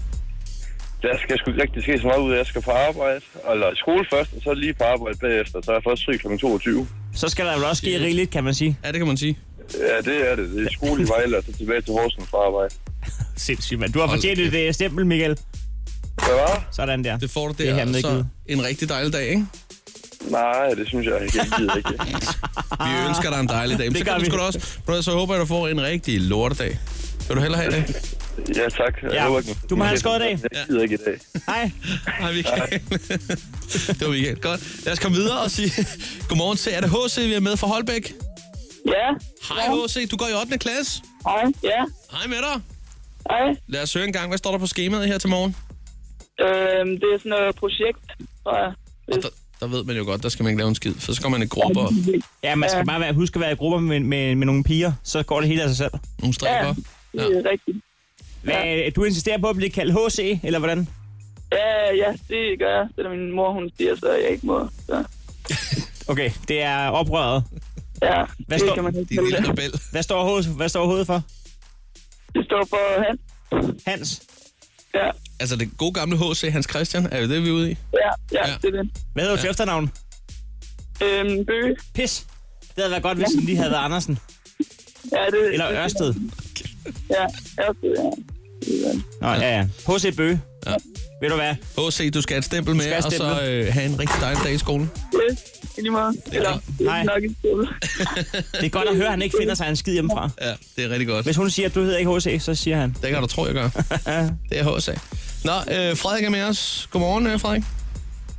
[SPEAKER 7] Der skal sgu ikke rigtig ske så meget ud. af, at Jeg skal på arbejde, eller i skole først, og så lige på arbejde bagefter. Så er jeg først fri kl. 22.
[SPEAKER 4] Så skal der jo også ske rigeligt, kan man sige.
[SPEAKER 3] Ja, det kan man sige.
[SPEAKER 7] Ja, det er det. Det er skole i Vejle, og så tilbage til Horsens fra arbejde.
[SPEAKER 4] Sindssygt, mand. Du har fortjent et øh, stempel, Michael.
[SPEAKER 7] Hvad var?
[SPEAKER 4] Sådan der.
[SPEAKER 3] Det får du
[SPEAKER 4] Det
[SPEAKER 3] der,
[SPEAKER 4] er hermed
[SPEAKER 3] og så
[SPEAKER 4] givet.
[SPEAKER 3] en rigtig dejlig dag, ikke?
[SPEAKER 7] Nej, det synes jeg ikke. Jeg gider ikke.
[SPEAKER 3] Vi ønsker dig en dejlig dag. Men
[SPEAKER 4] Ah. Det
[SPEAKER 3] så
[SPEAKER 4] gør
[SPEAKER 3] kan du
[SPEAKER 4] vi.
[SPEAKER 3] sgu da også. Brød, så håber jeg, du får en rigtig lortedag. Vil du hellere have det?
[SPEAKER 10] Ja, tak. Jeg
[SPEAKER 4] Ja.
[SPEAKER 10] håber ikke-
[SPEAKER 4] Du må have en skød dag.
[SPEAKER 10] Jeg gider ikke i dag.
[SPEAKER 4] Hej.
[SPEAKER 3] Hej, Michael. det var Michael. Godt. Lad os komme videre og sige godmorgen til. Er det HC, vi er med fra Holbæk?
[SPEAKER 11] Ja.
[SPEAKER 3] Hej, HC. Du går i 8. klasse.
[SPEAKER 11] Hej. Ja.
[SPEAKER 3] Hej med dig.
[SPEAKER 11] Hej.
[SPEAKER 3] Lad os høre en gang. Hvad står der på skemaet her til morgen?
[SPEAKER 11] Øhm, det er sådan noget projekt, tror jeg.
[SPEAKER 3] Og der, der ved man jo godt, der skal man ikke lave en skid, for så kommer man i grupper og
[SPEAKER 4] Ja, man skal bare være, huske at være i grupper med, med, med nogle piger, så går det hele af sig selv.
[SPEAKER 3] nogle strikker.
[SPEAKER 11] Ja, det er rigtigt.
[SPEAKER 4] Hvad, øh, du insisterer på at blive kaldt HC, eller hvordan?
[SPEAKER 11] Ja, ja, det gør jeg. Selvom min mor, hun siger, så jeg ikke må. Så.
[SPEAKER 4] Okay, det er oprøret.
[SPEAKER 11] Ja,
[SPEAKER 4] Hvad
[SPEAKER 11] det
[SPEAKER 4] står,
[SPEAKER 11] kan man ikke Din kalde lille det.
[SPEAKER 3] rebel.
[SPEAKER 4] Hvad står, hovedet, hvad står hovedet for?
[SPEAKER 11] Det står for Hans.
[SPEAKER 4] Hans?
[SPEAKER 11] Ja.
[SPEAKER 3] Altså det gode gamle HC, Hans Christian, er jo det, vi er ude i?
[SPEAKER 11] Ja, ja, ja. det er det.
[SPEAKER 4] Hvad hedder du til efternavn?
[SPEAKER 11] Øhm, Bøge.
[SPEAKER 4] Pis. Det havde været godt, hvis den lige havde været Andersen.
[SPEAKER 11] Ja, det,
[SPEAKER 4] Eller Ørsted.
[SPEAKER 11] Ja, Ørsted, ja.
[SPEAKER 4] Nå, ja, ja. HC Bøge.
[SPEAKER 3] Ja.
[SPEAKER 4] Ved du hvad?
[SPEAKER 3] HC, du skal have et stempel med,
[SPEAKER 4] skal have
[SPEAKER 3] og så
[SPEAKER 4] stemplet.
[SPEAKER 3] øh, have en rigtig dejlig dag i skolen.
[SPEAKER 11] Det er lige meget. Eller,
[SPEAKER 4] Hej.
[SPEAKER 11] nok ikke
[SPEAKER 4] Det er godt at høre, at han ikke finder sig en skid hjemmefra.
[SPEAKER 3] Ja, det er rigtig godt.
[SPEAKER 4] Hvis hun siger, at du hedder ikke HC, så siger han.
[SPEAKER 3] Det kan du tro, jeg gør. Det er HC. Nå, øh, Frederik er med os. Godmorgen, øh, Frederik.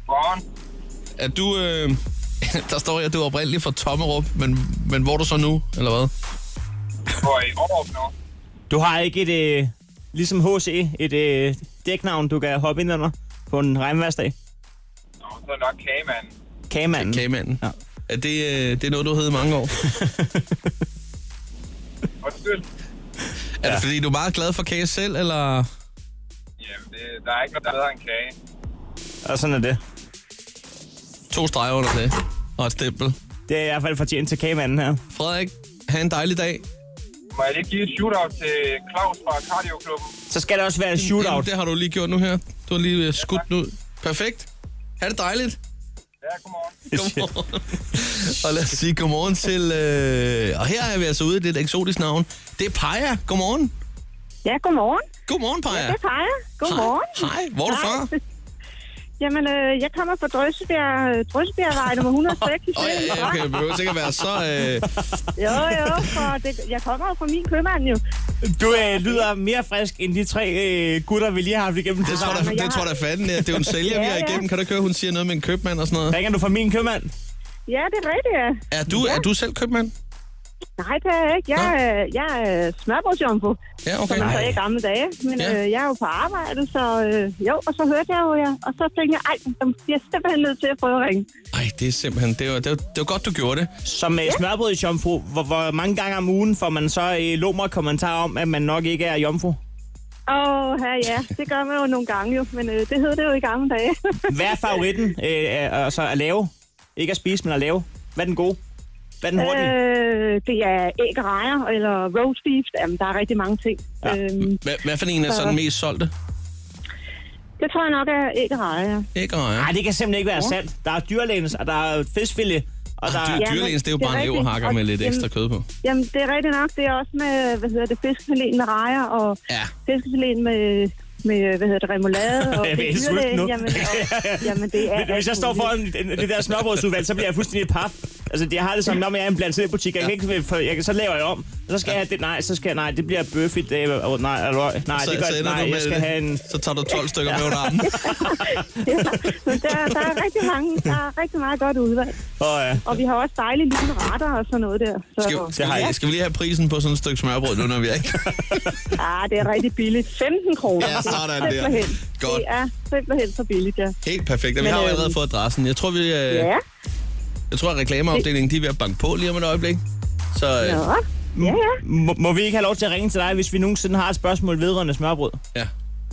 [SPEAKER 7] Godmorgen.
[SPEAKER 3] Er du... Øh, der står jeg, at du er oprindeligt fra Tommerup, men, men hvor er du så nu, eller hvad?
[SPEAKER 7] Hvor er I over nu?
[SPEAKER 4] Du har ikke et, øh, ligesom HC, et øh, dæknavn, du kan hoppe ind under på en regnværsdag.
[SPEAKER 7] Nå, så er det nok kagemanden.
[SPEAKER 4] Kagemanden.
[SPEAKER 3] Kagemanden. Ja. Er det, øh, det er noget, du hed i mange år?
[SPEAKER 7] Undskyld.
[SPEAKER 3] Er det fordi, du er meget glad for kage selv, eller...
[SPEAKER 7] Jamen, det, der er ikke noget bedre end kage.
[SPEAKER 4] Og sådan er det.
[SPEAKER 3] To streger under det, og et stempel.
[SPEAKER 4] Det er i hvert fald fortjent til kagemanden her.
[SPEAKER 3] Frederik, have en dejlig dag.
[SPEAKER 7] Må jeg lige give et shootout til Claus fra Cardio Klubben?
[SPEAKER 4] Så skal der også være en shootout.
[SPEAKER 3] Jamen, det har du lige gjort nu her. Du har lige øh, skudt den ud. Perfekt. Ha' det dejligt.
[SPEAKER 7] Ja, godmorgen.
[SPEAKER 3] Godmorgen. og lad os sige godmorgen til... Øh, og her er vi altså ude i et lidt eksotisk navn. Det er Paja. Godmorgen.
[SPEAKER 12] Ja, godmorgen.
[SPEAKER 3] Godmorgen,
[SPEAKER 12] Ja,
[SPEAKER 3] Paja.
[SPEAKER 12] det er Freja. Godmorgen.
[SPEAKER 3] Hej. Hvor er du fra?
[SPEAKER 12] Jamen, øh, jeg kommer fra Drøsebjerg, øh, Drøsebjergvej nummer 106 i
[SPEAKER 3] Åh, ja, ja, okay. Det behøver sikkert være så... Øh,
[SPEAKER 12] Jo, jo, for det, jeg kommer jo fra min købmand jo.
[SPEAKER 4] Du øh, lyder mere frisk end de tre øh, gutter, vi lige har haft igennem.
[SPEAKER 3] det tror da, det tror da fanden, ja. det er jo en sælger, vi
[SPEAKER 12] Ja,
[SPEAKER 3] er
[SPEAKER 12] ja.
[SPEAKER 3] igennem. Kan du ikke høre, hun siger noget med en købmand og sådan noget?
[SPEAKER 4] Ringer du fra min købmand?
[SPEAKER 12] Ja, det er rigtigt, ja.
[SPEAKER 3] Er du, er du selv købmand?
[SPEAKER 12] Nej, det er jeg ikke. Jeg, øh, jeg er smørbrødsjomfru,
[SPEAKER 3] Ja,
[SPEAKER 12] som
[SPEAKER 3] okay.
[SPEAKER 12] man sagde i gamle dage. Men
[SPEAKER 3] Ja.
[SPEAKER 12] øh, jeg er jo på arbejde, så øh, jo, og så hørte jeg jo, ja. Og så tænkte jeg, ej, jeg er simpelthen nødt til at prøve at ringe.
[SPEAKER 3] Ej, det er simpelthen... Det var, det var, det var godt, du gjorde det.
[SPEAKER 4] Som øh, smørbrød i jomfru, hvor, hvor mange gange om ugen får man så øh, lommer kommentar om, at man nok ikke er jomfru?
[SPEAKER 12] Åh, her, ja, det gør man jo nogle gange jo, men øh, det hed det jo i gamle dage.
[SPEAKER 4] Hvad er favoritten øh, øh, altså at lave? Ikke at spise, men at lave. Hvad er den gode? Hvad er den hurtige?
[SPEAKER 12] Øh, det er æg og rejer, eller roast beef. Jamen, der er rigtig mange ting. Ja. Øhm,
[SPEAKER 3] Hvad, hvad for en er sådan mest solgte?
[SPEAKER 12] det tror jeg nok er æg og rejer. ja.
[SPEAKER 3] Ikke og ja. Ah,
[SPEAKER 4] Nej, det kan simpelthen ikke være sandt. Der er dyrlægens, og der er fiskfilet, og der
[SPEAKER 3] Dy-
[SPEAKER 4] er...
[SPEAKER 12] dyr- men
[SPEAKER 3] Dyrlægens, det er jo
[SPEAKER 12] det er
[SPEAKER 3] bare en
[SPEAKER 12] rigtigt.
[SPEAKER 3] leverhakker
[SPEAKER 12] Og
[SPEAKER 3] med lidt
[SPEAKER 12] dem-
[SPEAKER 3] ekstra kød på.
[SPEAKER 12] Jamen, det er rigtigt nok. Det er også med, hvad hedder det, fiskefilet med rejer, og
[SPEAKER 3] Ja.
[SPEAKER 12] fiskefilet med med, hvad hedder det, remoulade og
[SPEAKER 4] Jeg
[SPEAKER 12] det
[SPEAKER 4] bliver helt sulten
[SPEAKER 12] dyrlægen.
[SPEAKER 4] nu.
[SPEAKER 12] Jamen, og, jamen, det er...
[SPEAKER 4] Hvis jeg
[SPEAKER 12] alt
[SPEAKER 4] står
[SPEAKER 12] muligt.
[SPEAKER 4] foran den- det der snørbrødsudvalg, så bliver jeg fuldstændig paf. Altså, jeg har det som, når jeg er i en blandt selv butik, jeg kan ikke, for, jeg, kan- så laver jeg om. Og så skal jeg have det, nej, så skal jeg, nej, det bliver bøffigt, øh, åh, nej, alvor, nej,
[SPEAKER 3] Så-
[SPEAKER 4] det
[SPEAKER 3] så
[SPEAKER 4] gør
[SPEAKER 3] ender du
[SPEAKER 4] nej,
[SPEAKER 3] med
[SPEAKER 4] jeg skal
[SPEAKER 3] det.
[SPEAKER 4] have en...
[SPEAKER 3] Så tager du 12 stykker med under armen.
[SPEAKER 12] Ja, men der, der, er rigtig mange, der er rigtig meget godt udvalg.
[SPEAKER 4] Åh, ja.
[SPEAKER 12] Og vi har også dejlige lille retter og sådan noget der. Så,
[SPEAKER 3] Skal, skal, vi,
[SPEAKER 4] har jeg
[SPEAKER 3] lige-
[SPEAKER 4] ikke.
[SPEAKER 3] skal vi lige have prisen på sådan et stykke smørbrød nu, når vi er ikke?
[SPEAKER 12] ah, det er rigtig billigt. 15 kroner.
[SPEAKER 3] Ja, sådan
[SPEAKER 12] Det er
[SPEAKER 3] der.
[SPEAKER 12] simpelthen-
[SPEAKER 3] Godt.
[SPEAKER 12] Det er simpelthen for billigt, ja.
[SPEAKER 3] Helt perfekt. Og vi
[SPEAKER 12] Men,
[SPEAKER 3] har jo
[SPEAKER 12] øh,
[SPEAKER 3] allerede fået adressen. Jeg tror, vi, øh,
[SPEAKER 12] Ja,
[SPEAKER 3] jeg tror at reklameafdelingen de er ved at banke på lige om et øjeblik. Så øh,
[SPEAKER 12] nå. Ja, ja.
[SPEAKER 4] Må, må vi ikke have lov til at ringe til dig, hvis vi nogensinde har et spørgsmål vedrørende smørbrød?
[SPEAKER 3] ja.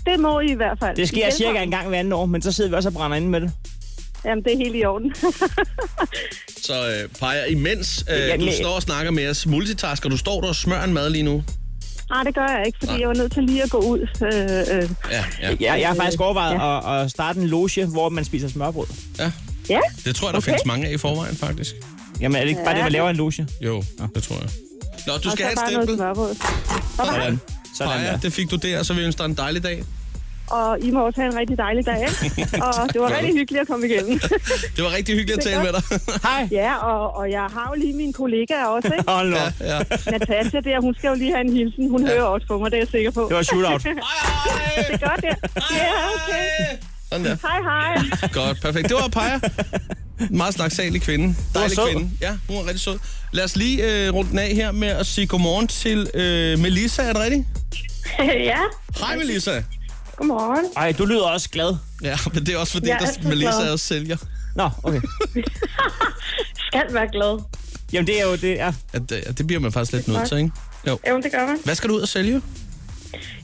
[SPEAKER 12] Det må I i hvert fald.
[SPEAKER 4] Det
[SPEAKER 12] I
[SPEAKER 4] sker
[SPEAKER 12] er
[SPEAKER 4] cirka en
[SPEAKER 12] velkommen.
[SPEAKER 4] gang hver anden år, men så sidder vi også og brænder ind med det.
[SPEAKER 12] Jamen, det er helt i orden.
[SPEAKER 3] Så øh, peger imens øh,
[SPEAKER 4] Jamen,
[SPEAKER 3] du
[SPEAKER 4] jeg-
[SPEAKER 3] står og snakker med os, multitasker, du står der og smører en mad lige nu.
[SPEAKER 12] Nej, det gør jeg ikke, fordi jeg var nødt til lige at gå ud. Øh, øh.
[SPEAKER 3] Ja, ja.
[SPEAKER 4] Ja, jeg har
[SPEAKER 3] Øh,
[SPEAKER 4] faktisk overvejet
[SPEAKER 12] Ja.
[SPEAKER 4] at, at starte en loge, hvor man spiser smørbrød.
[SPEAKER 3] ja.
[SPEAKER 12] Ja,
[SPEAKER 3] Det tror jeg, der okay.
[SPEAKER 12] Okay.
[SPEAKER 3] findes mange af i forvejen, faktisk.
[SPEAKER 4] Jamen, er det ikke bare det, man laver en loge?
[SPEAKER 3] Jo, det tror jeg. Nå, du skal
[SPEAKER 12] og så
[SPEAKER 3] have et
[SPEAKER 12] bare noget
[SPEAKER 3] stempel.
[SPEAKER 12] smørbrød.
[SPEAKER 3] Sådan.
[SPEAKER 4] Sådan
[SPEAKER 3] Freja,
[SPEAKER 4] der.
[SPEAKER 3] det fik du der, så vi ønsker dig en dejlig dag.
[SPEAKER 13] og I må også have en rigtig dejlig dag. ikke? og det var rigtig hyggeligt at komme igennem.
[SPEAKER 3] Det var rigtig hyggeligt at tale med dig.
[SPEAKER 4] Hej.
[SPEAKER 13] Ja, og, og jeg har jo lige mine kollegaer også, ikke?
[SPEAKER 4] Hold nu.
[SPEAKER 3] Ja,
[SPEAKER 13] Natasha der, hun skal jo lige have en hilsen. Hun ja. hører også på mig, det er jeg sikker på.
[SPEAKER 4] Det var shootout.
[SPEAKER 13] det er godt, ja. Ja, okay.
[SPEAKER 3] Sådan der.
[SPEAKER 13] Hej, hej.
[SPEAKER 3] Godt, perfekt. Det var Paja. En Meget snaksalig kvinde. Dejlig
[SPEAKER 4] sød.
[SPEAKER 3] kvinde. Ja, hun var rigtig sød. Lad os lige øh, runde den af her med at sige godmorgen til øh, Melissa, er det rigtigt?
[SPEAKER 13] ja.
[SPEAKER 3] Hej Melissa.
[SPEAKER 13] Godmorgen.
[SPEAKER 4] Ej, du lyder også glad.
[SPEAKER 3] Ja, men det er også fordi,
[SPEAKER 13] Jeg
[SPEAKER 3] ja,
[SPEAKER 13] er så
[SPEAKER 3] der,
[SPEAKER 13] glad.
[SPEAKER 3] Melissa er også sælger.
[SPEAKER 4] Nå, okay.
[SPEAKER 13] Skal være glad.
[SPEAKER 4] Jamen, det er jo det, ja.
[SPEAKER 3] At, øh, at det bliver man faktisk lidt nødt til, ikke? Jo.
[SPEAKER 13] Jo, det gør man.
[SPEAKER 3] Hvad skal du ud og sælge?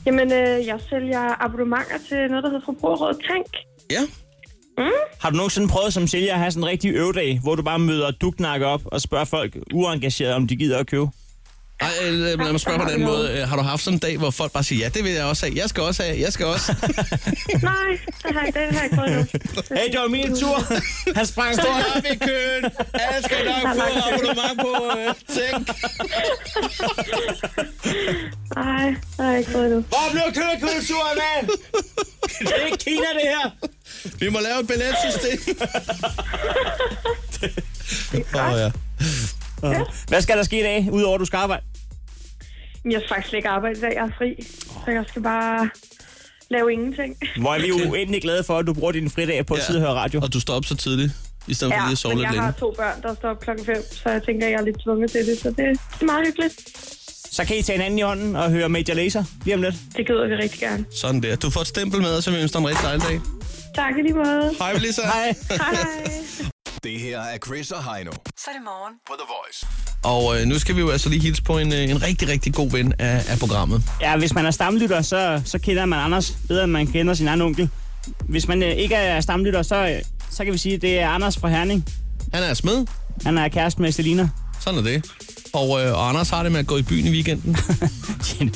[SPEAKER 13] Jamen, øh, jeg sælger abonnementer til noget, der hedder Forbrugerrådet Krænk.
[SPEAKER 3] Ja.
[SPEAKER 4] Har du nogensinde prøvet som sælger at have sådan en rigtig øvedag, hvor du bare møder duknakke op og spørger folk uengageret, om de gider at købe?
[SPEAKER 3] Ej, øh, lad mig spørge på den måde. Øh, Har du haft sådan en dag, hvor folk bare siger, ja, det vil jeg også have. Jeg skal også have. Jeg skal også.
[SPEAKER 13] Nej, det har jeg, det har jeg ikke Mm. prøvet endnu.
[SPEAKER 4] Hey, det var min tur. Han sprang
[SPEAKER 3] Så
[SPEAKER 4] stort.
[SPEAKER 3] er vi i køen. Alle skal nok
[SPEAKER 13] Der er
[SPEAKER 3] få
[SPEAKER 13] lang kø.
[SPEAKER 3] abonnement på øh, ting.
[SPEAKER 13] Nej, det har jeg ikke prøvet endnu.
[SPEAKER 4] Hvor blev kødkulturen af? Det er ikke Kina, det her.
[SPEAKER 3] Vi må lave et billetsystem. Åh, oh, ja.
[SPEAKER 4] Hvad skal der ske i dag, udover at du skal arbejde?
[SPEAKER 13] Men Jeg skal faktisk slet ikke arbejde i dag, jeg er fri. Så jeg skal bare lave ingenting.
[SPEAKER 4] Hvor er vi jo uendelig glade for, at du bruger din fridag på at
[SPEAKER 3] Ja.
[SPEAKER 4] sidde og høre radio.
[SPEAKER 3] Og du står op så tidligt, i stedet for lige at sove
[SPEAKER 13] men
[SPEAKER 3] lidt
[SPEAKER 13] jeg har
[SPEAKER 3] længe.
[SPEAKER 13] to børn, der står op klokken 5, så jeg tænker, jeg er lidt tvunget til det, så det det er meget hyggeligt.
[SPEAKER 4] Så kan I tage hinanden i hånden og høre Major Lazer lige om lidt.
[SPEAKER 13] Det gider vi rigtig gerne.
[SPEAKER 3] Sådan der. Du får et stempel med, og så vil vi ønske dig en rigtig dejlig dag.
[SPEAKER 13] Tak i lige måde.
[SPEAKER 3] Hej, Melissa.
[SPEAKER 4] Hej.
[SPEAKER 13] Hej.
[SPEAKER 14] Det her er Chris og Heino
[SPEAKER 6] Så er det morgen.
[SPEAKER 14] på The Voice.
[SPEAKER 3] Og øh, nu skal vi jo altså lige hilse på en, øh, en rigtig, rigtig god ven af, af programmet.
[SPEAKER 4] Ja, hvis man er stamlytter, så, så kender man Anders bedre, end man kender sin egen onkel. Hvis man øh, ikke er stamlytter, så, øh, så kan vi sige, at det er Anders fra Herning.
[SPEAKER 3] Han er smed.
[SPEAKER 4] Han er kæreste med Selina.
[SPEAKER 3] Sådan er det. Og, øh, og Anders har det med at gå i byen i weekenden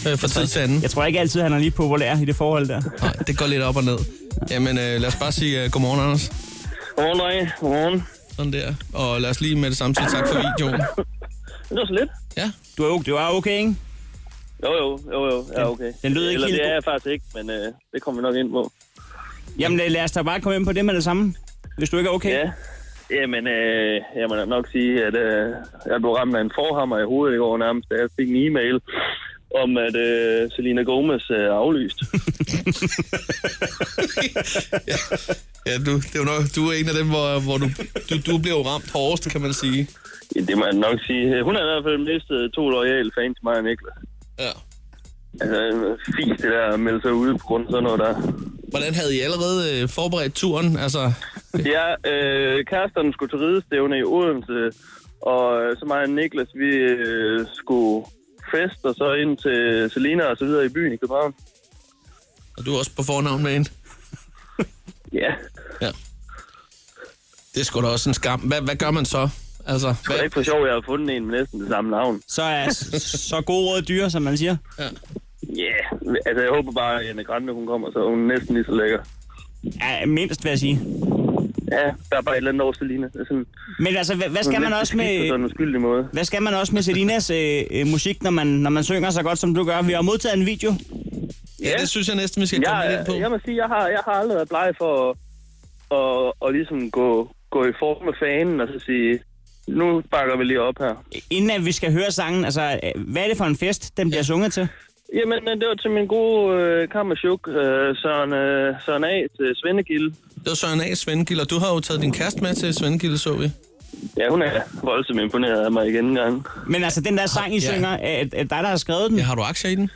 [SPEAKER 3] øh, fra tid til anden.
[SPEAKER 4] Jeg tror ikke altid, han er lige populær i det forhold der.
[SPEAKER 3] Nej, det går lidt op og ned. Jamen, øh, lad os bare sige øh, godmorgen, Anders.
[SPEAKER 10] Godmorgen, drenge. Godmorgen.
[SPEAKER 3] Sådan der. Og lad os lige med det samme sige tak for videoen.
[SPEAKER 10] Det var så lidt.
[SPEAKER 3] Ja,
[SPEAKER 4] Du er, du er okay, ikke?
[SPEAKER 10] Jo, jo, jo, jo. Ja, okay.
[SPEAKER 4] den lød ikke
[SPEAKER 10] Eller,
[SPEAKER 4] helt
[SPEAKER 10] det er
[SPEAKER 4] god.
[SPEAKER 10] jeg faktisk ikke, men øh, det kommer vi nok ind på.
[SPEAKER 4] Jamen øh, lad os da bare komme ind på det med det samme, hvis du ikke er okay.
[SPEAKER 10] Ja. Jamen, øh, jeg må da nok sige, at øh, jeg blev ramt af en forhammer i hovedet i går nærmest, da jeg fik en e-mail om, at øh, Selena Gomez øh, er aflyst.
[SPEAKER 3] ja du, det er jo nok, du er en af dem, hvor, hvor du, du, du bliver jo ramt hårdest, kan man sige.
[SPEAKER 10] Ja, det må jeg nok sige. Hun har i hvert fald mistet to lojale fans til mig og Niklas.
[SPEAKER 3] Ja.
[SPEAKER 10] Altså, øh, fint det der at melde sig ud på grund af sådan noget der.
[SPEAKER 3] Hvordan havde I allerede øh, forberedt turen? Altså,
[SPEAKER 10] Ja, øh, kæresterne skulle til ridestævne i Odense, og øh, så mig og Niklas, vi øh, skulle fest, og så ind til Selina og så videre i byen i København.
[SPEAKER 3] og du er også på fornavn med hende.
[SPEAKER 10] Ja,
[SPEAKER 3] Ja. Det er sgu da også en skam. Hvad, hvad gør man så? Altså,
[SPEAKER 10] det er
[SPEAKER 3] hvad?
[SPEAKER 10] ikke for sjovt, jeg har fundet en med næsten det samme navn.
[SPEAKER 4] Så er s- så gode råd dyre, som man siger.
[SPEAKER 10] Ja, yeah. altså jeg håber bare, at Anne Grande, hun kommer, så hun er næsten lige så lækker.
[SPEAKER 4] Ja, mindst vil jeg sige.
[SPEAKER 10] Ja, der er bare et eller andet over Selina. Det er sådan,
[SPEAKER 4] Men altså, hvad, hvad skal man også
[SPEAKER 10] På
[SPEAKER 4] med...
[SPEAKER 10] sådan en uskyldig måde.
[SPEAKER 4] Hvad skal man også med Selinas øh, øh, musik, når man, når man synger så godt, som du gør? Vi har modtaget en video.
[SPEAKER 3] Ja, det synes jeg næsten, vi skal komme lidt
[SPEAKER 10] Jeg,
[SPEAKER 3] ind på.
[SPEAKER 10] jeg må sige, jeg har, jeg har aldrig været bleg for at, at, at ligesom gå, gå i form med fanen og så sige, nu bakker vi lige op her.
[SPEAKER 4] Inden at vi skal høre sangen, altså, øh, hvad er det for en fest, den bliver sunget til?
[SPEAKER 10] Jamen, øh, det var til min gode øh, kammerchuk, øh, Søren, øh, Søren A. til Svendegilde.
[SPEAKER 3] Det var Søren A. Svendgild, og du har jo taget din kæreste med til Svendgild, så vi.
[SPEAKER 10] Ja, hun er voldsomt imponeret af mig igen en gang.
[SPEAKER 4] Men altså, den der sang, I
[SPEAKER 3] Ja.
[SPEAKER 4] synger, er, er dig, der har skrevet den?
[SPEAKER 3] Ja, har du aktier i den?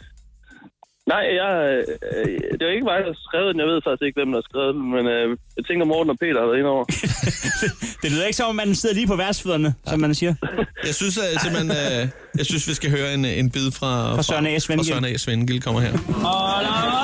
[SPEAKER 10] Nej, jeg, øh, det er ikke mig, der har skrevet den. Jeg ved faktisk ikke, hvem der har skrevet den, men øh, jeg tænker, Morten og Peter har været inde over.
[SPEAKER 4] Det lyder ikke som om, man sidder lige på værtsfødderne, som man siger.
[SPEAKER 3] Jeg synes, at, simpelthen, øh, jeg synes vi skal høre en, en bid fra,
[SPEAKER 4] Fra Søren A.
[SPEAKER 3] fra
[SPEAKER 4] Svendgild.
[SPEAKER 3] Søren A. Svendgild kommer her.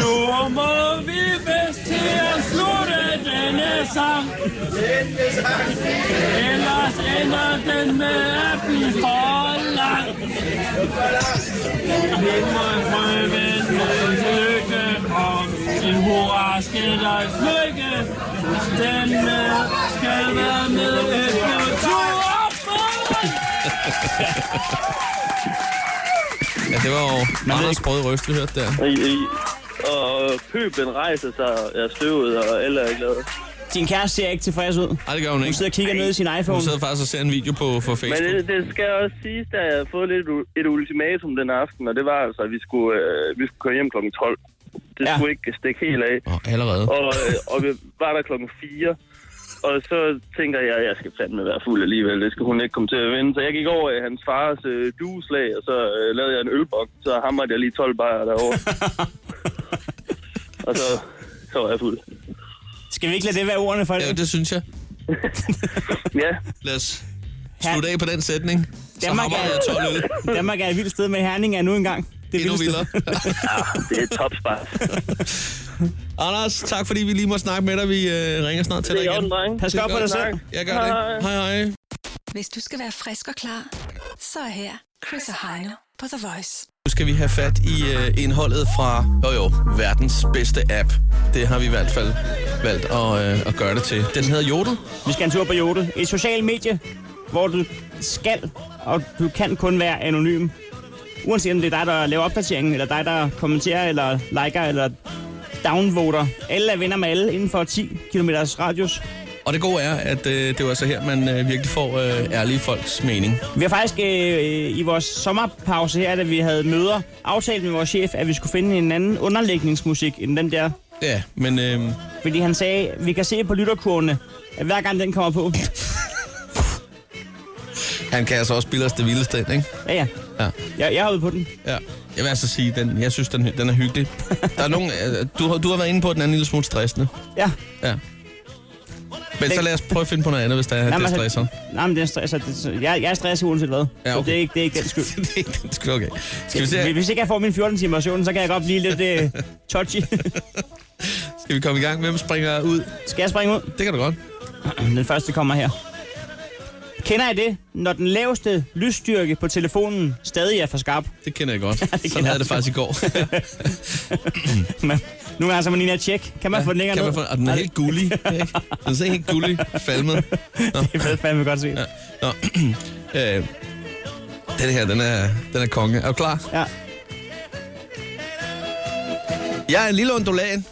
[SPEAKER 15] Nu må vi vist til at slutte denne sang. Ellers ender den med at blive for lang. Vi må prøve med lykke om en hurra skal dig smykke. Den øh, skal være med et kultur.
[SPEAKER 3] Ja, det var jo Anders Brød Røst, vi hørte der.
[SPEAKER 10] Og, I, og pøblen rejser sig og er støvet, og alle er glade.
[SPEAKER 4] Din kæreste ser ikke tilfreds ud.
[SPEAKER 3] Nej, det gør hun ikke. Hun
[SPEAKER 4] sidder og kigger ned i sin iPhone.
[SPEAKER 3] Hun sidder faktisk og ser en video på, på
[SPEAKER 10] Men
[SPEAKER 3] Facebook.
[SPEAKER 10] det, det skal også siges, at jeg har fået lidt u- et ultimatum den aften, og det var altså, at vi skulle, øh, vi skulle køre hjem klokken 12. Det ja. skulle ikke stikke helt af.
[SPEAKER 3] Og allerede.
[SPEAKER 10] Og, øh, og vi var der klokken 4, og så tænker jeg, at jeg skal fandme være fuld alligevel. Det skal hun ikke komme til at vinde. Så jeg gik over i hans fars øh, dueslag, og så øh, lavede jeg en ølbok. Så hamrede jeg lige 12 bajer derovre. og så, så var jeg fuld.
[SPEAKER 4] Skal vi ikke lade det være ordene for det?
[SPEAKER 3] Ja, det synes jeg.
[SPEAKER 10] ja.
[SPEAKER 3] Lad os slutte af på den sætning. Så
[SPEAKER 4] Danmark
[SPEAKER 3] hammer jeg 12 øl.
[SPEAKER 4] er, Danmark er et vildt sted, men Herning er nu engang det
[SPEAKER 3] Endnu
[SPEAKER 4] vildeste.
[SPEAKER 3] vildere.
[SPEAKER 10] det er top spart.
[SPEAKER 3] Anders, tak fordi vi lige må snakke med dig. Vi øh, ringer snart til dig
[SPEAKER 10] Det er i
[SPEAKER 3] igen.
[SPEAKER 10] orden, drenge.
[SPEAKER 3] Det er godt. Jeg gør det. Hej, hej.
[SPEAKER 6] Hvis du skal være frisk og klar, så er her Chris og Heino på The Voice.
[SPEAKER 3] Nu skal vi have fat i øh, indholdet fra, jo jo, verdens bedste app. Det har vi i hvert fald valgt at, øh, at gøre det til. Den hedder Jodel.
[SPEAKER 4] Vi skal en tur på Jodel. Et socialt medie, hvor du skal, og du kan kun være anonym. Uanset om det er dig, der laver opdateringen, eller dig, der kommenterer, eller liker, eller downvoter. Alle er venner med alle inden for 10 km radius.
[SPEAKER 3] Og det gode er, at øh, det er jo altså her, man øh, virkelig får øh, ærlige folks mening.
[SPEAKER 4] Vi har faktisk øh, i vores sommerpause her, da vi havde møder, aftalt med vores chef, at vi skulle finde en anden underlægningsmusik end den der.
[SPEAKER 3] Ja, men... Øh...
[SPEAKER 4] Fordi han sagde, vi kan se på lytterkurvene, at hver gang den kommer på.
[SPEAKER 3] Han kan altså også spille os det vildeste ind, ikke?
[SPEAKER 4] Ja, ja.
[SPEAKER 3] Ja.
[SPEAKER 4] Jeg, jeg hoppede på den.
[SPEAKER 3] Ja. Jeg vil altså sige, den, jeg synes, den, den er hyggelig. Der er nogen, øh, du, har- du har været inde på, at den er en lille smule stressende.
[SPEAKER 4] Ja.
[SPEAKER 3] Ja. Men så lad os prøve at finde på noget andet, hvis der er,
[SPEAKER 4] Nej,
[SPEAKER 3] det er
[SPEAKER 4] men altså,
[SPEAKER 3] stresser.
[SPEAKER 4] Nej, men det er stress, altså, det, så- jeg, jeg er stresset uanset hvad.
[SPEAKER 3] Ja,
[SPEAKER 4] Ja,
[SPEAKER 3] okay.
[SPEAKER 4] okay. Så det er ikke, det er ikke den skyld.
[SPEAKER 3] det er ikke den skyld, okay. Skal vi se her?
[SPEAKER 4] Hvis ikke jeg får min 14 timer søvn, så kan jeg godt blive lidt øh, touchy.
[SPEAKER 3] Skal vi komme i gang? Hvem springer ud?
[SPEAKER 4] Skal jeg springe ud?
[SPEAKER 3] Det kan du godt.
[SPEAKER 4] Den første kommer her. Kender I det, når den laveste lysstyrke på telefonen stadig er for skarp?
[SPEAKER 3] Det kender jeg godt.
[SPEAKER 4] kender
[SPEAKER 3] Sådan havde
[SPEAKER 4] jeg
[SPEAKER 3] jeg det faktisk i går.
[SPEAKER 4] Men, nogle gange så er man lige at tjekke. Kan man ja, få den længere
[SPEAKER 3] kan man
[SPEAKER 4] ned?
[SPEAKER 3] få- og den er helt gullig. ikke? Den ser helt gullig falmet. Nå.
[SPEAKER 4] Det er fandme godt set.
[SPEAKER 3] Ja. Nå. øh, den her, den er, den er konge. Er du klar?
[SPEAKER 4] Ja.
[SPEAKER 3] Jeg er en lille undulan.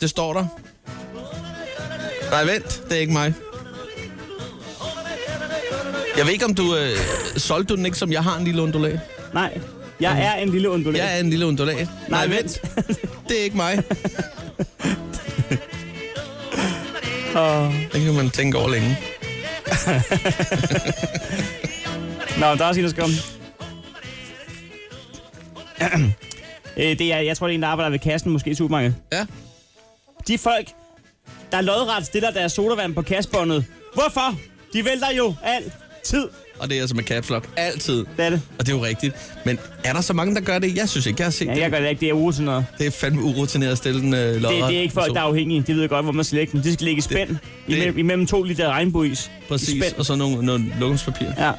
[SPEAKER 3] Det står der. Nej, vent. Det er ikke mig. Jeg ved ikke, om du... Øh, solgte du den ikke, som jeg har en lille undulat?
[SPEAKER 4] Nej. Jeg er en lille undulat.
[SPEAKER 3] Jeg er en lille undulat. Nej, vent. Det er ikke mig.
[SPEAKER 4] Og...
[SPEAKER 3] Det kan man tænke over længe.
[SPEAKER 4] Nå, der er også en, der skal om. Øh, det er, jeg tror, det er en, der arbejder ved kassen, måske i supermarkedet.
[SPEAKER 3] Ja.
[SPEAKER 4] De folk, der lodret stiller deres sodavand på kassebåndet. Hvorfor? De vælter jo altid.
[SPEAKER 3] Og det er altså med caps lock. Altid.
[SPEAKER 4] Det er det.
[SPEAKER 3] Og det er jo rigtigt. Men er der så mange, der gør det? Jeg synes ikke, jeg har set
[SPEAKER 4] Ja,
[SPEAKER 3] det.
[SPEAKER 4] jeg gør det ikke. Det er urutineret.
[SPEAKER 3] Det er fandme urutineret at stille den øh, lodret.
[SPEAKER 4] Det, det er ikke folk, der er afhængige. De ved godt, hvor man skal lægge dem. De skal ligge i spænd. Det, det, imellem, imellem to liter regnbueis. I
[SPEAKER 3] Præcis,
[SPEAKER 4] spænd.
[SPEAKER 3] og så nogle, noget lokumspapir.
[SPEAKER 4] Ja.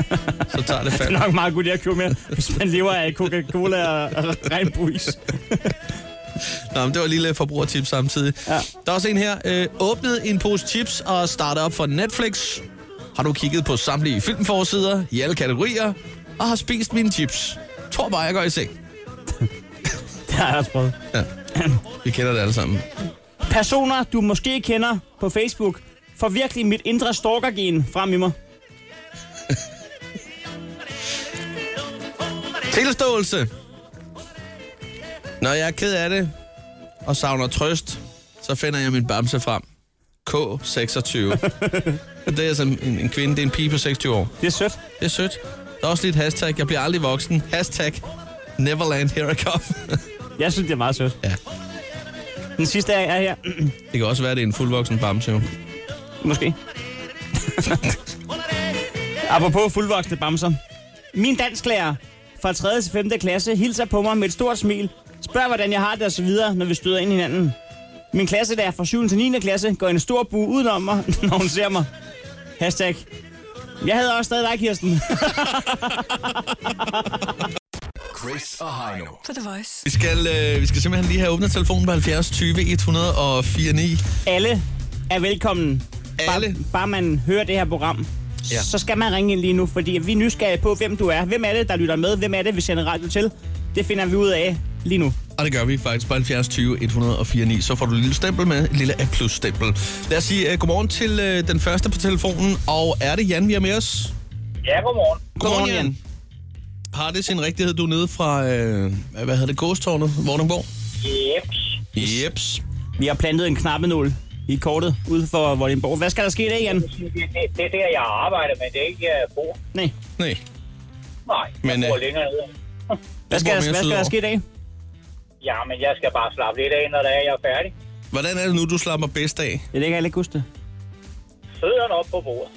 [SPEAKER 3] så tager det
[SPEAKER 4] Det
[SPEAKER 3] fandme.
[SPEAKER 4] er nok meget godt at købe med, hvis man lever af Coca-Cola og og regnbueis.
[SPEAKER 3] Nå, men det var et lille forbrugertip samtidig. Ja. Der er også en her. Øh, åbnede en pose chips og startede op for Netflix. Har du kigget på samtlige filmforsider i alle kategorier? Og har spist mine chips. Tror bare, jeg går i seng.
[SPEAKER 4] Det har jeg også prøvet.
[SPEAKER 3] Ja. Vi kender det alle sammen.
[SPEAKER 4] Personer, du måske kender på Facebook, får virkelig mit indre stalkergen frem i mig.
[SPEAKER 3] Tilståelse. Når jeg er ked af det og savner trøst, så finder jeg min bamse frem. K26. Og det er altså en, en kvinde, det er en pige på 26 år.
[SPEAKER 4] Det er sødt.
[SPEAKER 3] Det er sødt. Der er også lige et hashtag, jeg bliver aldrig voksen. Hashtag Neverland Here I Come.
[SPEAKER 4] jeg synes, det er meget sødt.
[SPEAKER 3] Ja.
[SPEAKER 4] Den sidste er er her.
[SPEAKER 3] Det kan også være, det er en fuldvoksen bamse. Jo.
[SPEAKER 4] Måske. Apropos fuldvoksne bamser. Min dansklærer fra 3. til 5. klasse hilser på mig med et stort smil, spørger, hvordan jeg har det og så videre, når vi støder ind i hinanden. Min klasse der fra 7. til 9. klasse går i en stor bue udenom mig, når hun ser mig. Hashtag. Jeg havde også stadig dig, Kirsten.
[SPEAKER 2] Chris og Heino.
[SPEAKER 6] På The Voice.
[SPEAKER 3] Vi skal, øh, vi skal simpelthen lige have åbnet telefonen på 70 20 104 9.
[SPEAKER 4] Alle er velkommen. Alle? Bare, bare man hører det her program,
[SPEAKER 3] Ja.
[SPEAKER 4] ja. så skal man ringe ind lige nu, fordi vi er nysgerrige på, hvem du er. Hvem er det, der lytter med? Hvem er det, vi sender radio til? Det finder vi ud af lige nu.
[SPEAKER 3] Og det gør vi faktisk på 70 20 104 9. Så får du et lille stempel med, et lille A-plus-stempel. Lad os sige uh, godmorgen til uh, den første på telefonen. Og er det Jan, vi har med os?
[SPEAKER 7] Ja, godmorgen.
[SPEAKER 3] Godmorgen, Jan. Har det sin rigtighed, du er nede fra, øh, hvad hedder det, Gåstårnet, Vordingborg?
[SPEAKER 7] Yep.
[SPEAKER 3] Jeps.
[SPEAKER 4] Vi har plantet en knappenål i kortet ude for Vordingborg. Hvad skal der ske i dag, Jan?
[SPEAKER 7] Det, det, er der, jeg arbejder, men det er ikke, jeg bor.
[SPEAKER 4] Nej.
[SPEAKER 3] Nej.
[SPEAKER 7] Nej, jeg
[SPEAKER 3] Men,
[SPEAKER 7] men, bor
[SPEAKER 3] øh,
[SPEAKER 7] længere nede.
[SPEAKER 4] Hvad skal,
[SPEAKER 3] bor mere
[SPEAKER 4] der, hvad skal
[SPEAKER 3] sydover.
[SPEAKER 4] der ske i dag?
[SPEAKER 7] Ja, men jeg skal bare slappe lidt af, når det er, jeg er færdig.
[SPEAKER 3] Hvordan er det nu, du slapper bedst af?
[SPEAKER 4] Ja, det kan jeg ikke huske det.
[SPEAKER 7] Fødderne op på bordet.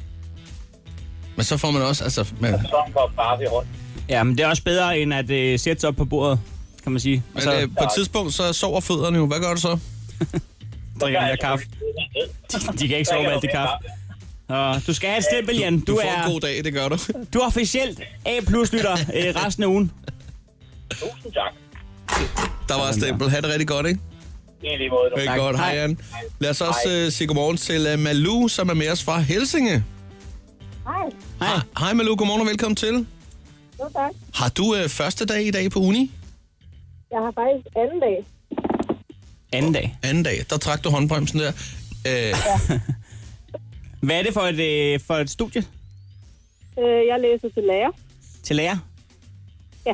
[SPEAKER 3] Men så får man også, altså... Man, men
[SPEAKER 7] Sådan går bare i hånden.
[SPEAKER 4] Ja, men det er også bedre, end at øh, sætte sig op på bordet, kan man sige. Og så
[SPEAKER 3] øh, på et tidspunkt, så sover fødderne jo. Hvad gør du så?
[SPEAKER 4] drikker de mere kaffe. De, de kan ikke
[SPEAKER 3] Så
[SPEAKER 4] sove
[SPEAKER 3] kan
[SPEAKER 4] med alt
[SPEAKER 3] du
[SPEAKER 4] det kaffe. Og du skal have et stempel,
[SPEAKER 3] Du,
[SPEAKER 4] Jan. Du,
[SPEAKER 3] du får
[SPEAKER 4] er,
[SPEAKER 3] en god dag, det gør du.
[SPEAKER 4] du er officielt A-plus-lytter øh, resten af ugen.
[SPEAKER 7] Tusind tak.
[SPEAKER 3] Der var et stempel. Ha' det rigtig godt, ikke?
[SPEAKER 7] Det er lige måde.
[SPEAKER 3] Det er Øh, godt. Hej, Jan. Lad os også uh, sige godmorgen til uh, Malu, som er med os fra Helsinge.
[SPEAKER 12] Hej.
[SPEAKER 3] Hej. Hej Malu, godmorgen og velkommen til.
[SPEAKER 12] Jo, tak.
[SPEAKER 3] Har du uh, første dag i dag på uni?
[SPEAKER 12] Jeg har faktisk anden dag.
[SPEAKER 4] Anden dag.
[SPEAKER 3] Anden dag. Der trak du håndbremsen der. Uh,
[SPEAKER 4] Hvad er det for et, øh, for et studie
[SPEAKER 12] Øh, Jeg læser til lærer.
[SPEAKER 4] til lærer?
[SPEAKER 12] Ja.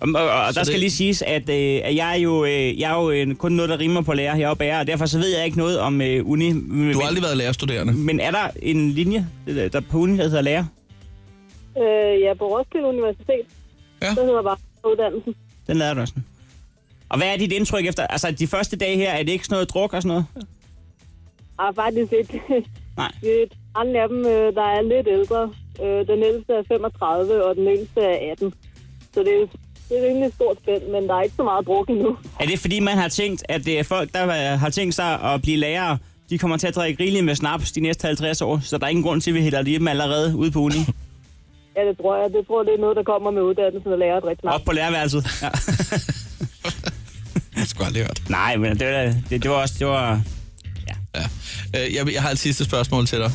[SPEAKER 4] Og, og, og
[SPEAKER 3] Så
[SPEAKER 4] der skal
[SPEAKER 3] det-
[SPEAKER 4] lige siges, at, øh, at jeg er jo, øh, jeg er jo øh, kun noget, der rimer på lærer. Jeg er jo bærer, og derfor så ved jeg ikke noget om øh, uni.
[SPEAKER 3] du har aldrig været lærerstuderende.
[SPEAKER 12] Mm.
[SPEAKER 4] Men er der en linje øh, der på uni, der hedder lærer?
[SPEAKER 12] Øh, Jeg er på Roskilde Universitet.
[SPEAKER 3] Ja.
[SPEAKER 12] Det hedder bare uddannelsen.
[SPEAKER 4] Den lader du også. Og hvad er dit indtryk efter? Altså, de første dage her, er det ikke sådan noget druk og sådan noget?
[SPEAKER 12] Jeg har faktisk et,
[SPEAKER 4] Nej.
[SPEAKER 12] et andre af dem, øh, der er lidt ældre. Øh, Den ældste er 35, og den yngste er 18. Så det er, det er rimelig stort spænd, men der er ikke så meget brug endnu.
[SPEAKER 4] Er det fordi, man har tænkt, at det er folk, der øh, har tænkt sig at blive lærere, de kommer til at drikke rigeligt med snaps de næste 50 år, så der er ingen grund til, at vi hælder lige dem allerede ude på uni.
[SPEAKER 12] Ja, det tror jeg. Det tror jeg, det er noget, der kommer med uddannelsen og lærer rigtig
[SPEAKER 4] Op
[SPEAKER 12] snart.
[SPEAKER 4] på lærerværelset. Ja.
[SPEAKER 3] Jeg skulle aldrig hørt.
[SPEAKER 4] Nej, men det, var- det, det var også... Det var,
[SPEAKER 3] Ja. Uh, jeg, jeg har et sidste spørgsmål til dig.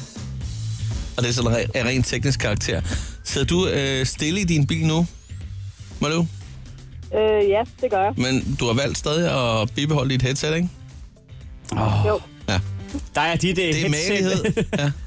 [SPEAKER 3] Og det er sådan re- af rent teknisk karakter. Sidder du uh, stille i din bil nu, Malu?
[SPEAKER 12] Øh, ja, det gør jeg.
[SPEAKER 3] Men du har valgt stadig at bibeholde dit headset, ikke?
[SPEAKER 4] oh,
[SPEAKER 12] Jo.
[SPEAKER 3] Ja.
[SPEAKER 4] der er dit
[SPEAKER 3] Det er magelighed. Ja.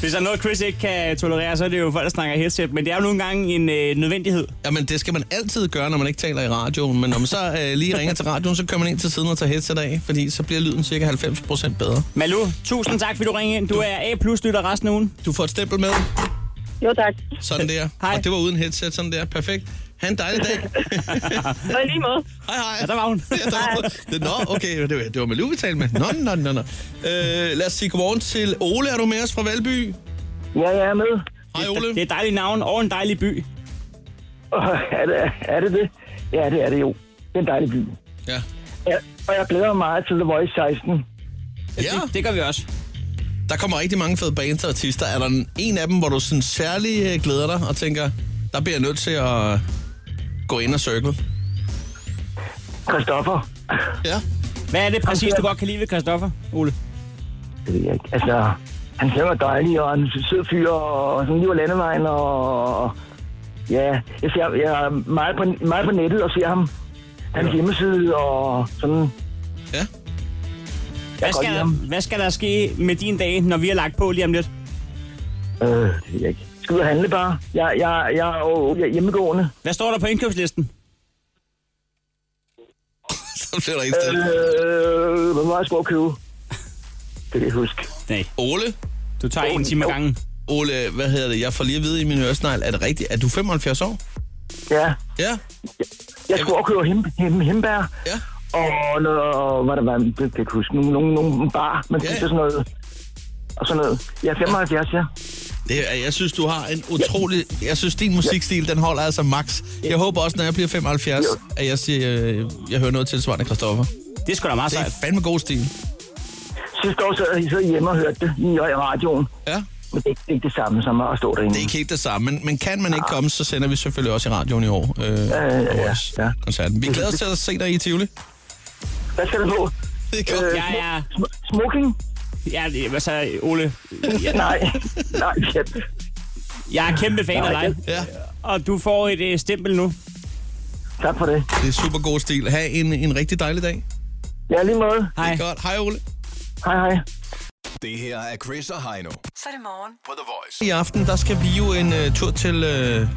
[SPEAKER 4] Hvis der er noget, Chris ikke kan tolerere, så er det jo folk, der snakker headset, men det er jo nogle gange en øh, nødvendighed.
[SPEAKER 3] Jamen, det skal man altid gøre, når man ikke taler i radioen. Men når man så øh, lige ringer til radioen, så kører man ind til siden og tager headset af, fordi så bliver lyden cirka 90% bedre.
[SPEAKER 4] Malu, tusind tak, fordi du ringede ind. Du er A-plus-lytter resten af ugen.
[SPEAKER 3] Du får et stempel med.
[SPEAKER 12] Jo, tak.
[SPEAKER 3] Sådan der. Hej. Og det var uden headset, sådan der. Perfekt. Ha' en dejlig dag.
[SPEAKER 12] Og i lige måde.
[SPEAKER 3] hej, hej.
[SPEAKER 4] Ja, der var hun.
[SPEAKER 3] Ja, der- Nå, okay, det var, det var Malou, vi talte med. Nå, nå, nå, nå. Øh, lad os sige godmorgen til Ole. Er du med os fra Valby?
[SPEAKER 16] Ja, jeg er med.
[SPEAKER 3] Hej,
[SPEAKER 4] Det,
[SPEAKER 3] Ole.
[SPEAKER 4] det er et dejligt navn og en dejlig by.
[SPEAKER 16] Og er, det, er det det? Ja, det er det jo. Det er en dejlig by.
[SPEAKER 3] Ja.
[SPEAKER 16] ja og jeg glæder mig meget til The Voice 16.
[SPEAKER 3] Ja.
[SPEAKER 4] Det, det gør vi også.
[SPEAKER 3] Der kommer rigtig mange fede bands og artister. Er der en- en af dem, hvor du sådan særlig øh, glæder dig og tænker, der bliver jeg nødt til at gå ind og circle?
[SPEAKER 16] Christoffer.
[SPEAKER 3] Ja.
[SPEAKER 4] Hvad er det præcis, du godt kan lide ved Christoffer, Ole?
[SPEAKER 16] Det ved jeg ikke. Altså, han ser dejlig, og han er en sød fyr, og sådan lige på landevejen, og... Ja, jeg ser jeg er meget, på, meget på nettet og ser ham. Hans hjemmeside og sådan.
[SPEAKER 3] Ja.
[SPEAKER 4] Hvad
[SPEAKER 16] godt
[SPEAKER 4] skal,
[SPEAKER 16] lide
[SPEAKER 4] der, hvad skal der ske med din dag, når vi har lagt på lige om lidt?
[SPEAKER 16] Øh, det ved jeg ikke. Skal ud og handle bare. Jeg, jeg, jeg, er jo- jeg er hjemmegående.
[SPEAKER 4] Hvad står der på indkøbslisten?
[SPEAKER 3] Så bliver der
[SPEAKER 16] Øh,
[SPEAKER 3] indstillet.
[SPEAKER 16] hvor meget skal jeg købe? Det kan jeg huske.
[SPEAKER 4] Nej.
[SPEAKER 3] Ole?
[SPEAKER 4] Du tager en time ad gangen.
[SPEAKER 3] Ole, hvad hedder det? Jeg får lige at vide i min øresnegl, er det rigtigt? Er du 75 år?
[SPEAKER 16] Ja.
[SPEAKER 3] Ja.
[SPEAKER 16] Jeg skulle også købe hem, hem, hembær.
[SPEAKER 3] Ja.
[SPEAKER 16] Og noget, hvad der var, det kan jeg ikke huske, nogle, nogle, nogle bar, man
[SPEAKER 3] Ja,
[SPEAKER 16] spiser
[SPEAKER 3] ja.
[SPEAKER 16] sådan noget. Og sådan noget. Jeg er 75, ja.
[SPEAKER 3] Det, er- jeg synes, du har en utrolig... Jeg synes, din musikstil, den holder altså max. Jeg håber også, når jeg bliver 75, at jeg, siger, øh, jeg hører noget tilsvarende Christoffer.
[SPEAKER 4] Det er sgu da meget
[SPEAKER 3] Det er
[SPEAKER 4] sejt.
[SPEAKER 3] fandme god stil.
[SPEAKER 16] Sidste år sad jeg så hjemme og hørte det i i radioen.
[SPEAKER 3] Ja.
[SPEAKER 16] Men det, er- det er ikke det samme som at stå derinde.
[SPEAKER 3] Det er ikke helt det samme, men, men kan man ikke komme, så sender vi selvfølgelig også i radioen i år. Øh, Ah. ja, ja, ja. Koncerten. Vi glæder os til at se dig i Tivoli.
[SPEAKER 16] Hvad skal du på?
[SPEAKER 3] Det er
[SPEAKER 4] godt. Jeg er...
[SPEAKER 16] Smoking?
[SPEAKER 4] Ja, det- hvad så, Ole? Ja.
[SPEAKER 16] Nej, nej, kæft.
[SPEAKER 4] Jeg er kæmpe fan
[SPEAKER 3] Nej,
[SPEAKER 4] af dig.
[SPEAKER 3] Ja.
[SPEAKER 4] Og du får et øh, stempel nu.
[SPEAKER 16] Tak for det.
[SPEAKER 3] Det er super god stil. Ha' en, en rigtig dejlig dag.
[SPEAKER 16] Ja, lige måde.
[SPEAKER 3] Hej. Det er godt. Hej, Ole.
[SPEAKER 16] Hej, hej.
[SPEAKER 2] Det her er Chris og Heino.
[SPEAKER 6] Så er det morgen.
[SPEAKER 2] På The Voice.
[SPEAKER 3] I aften, der skal vi jo en uh, tur til, uh,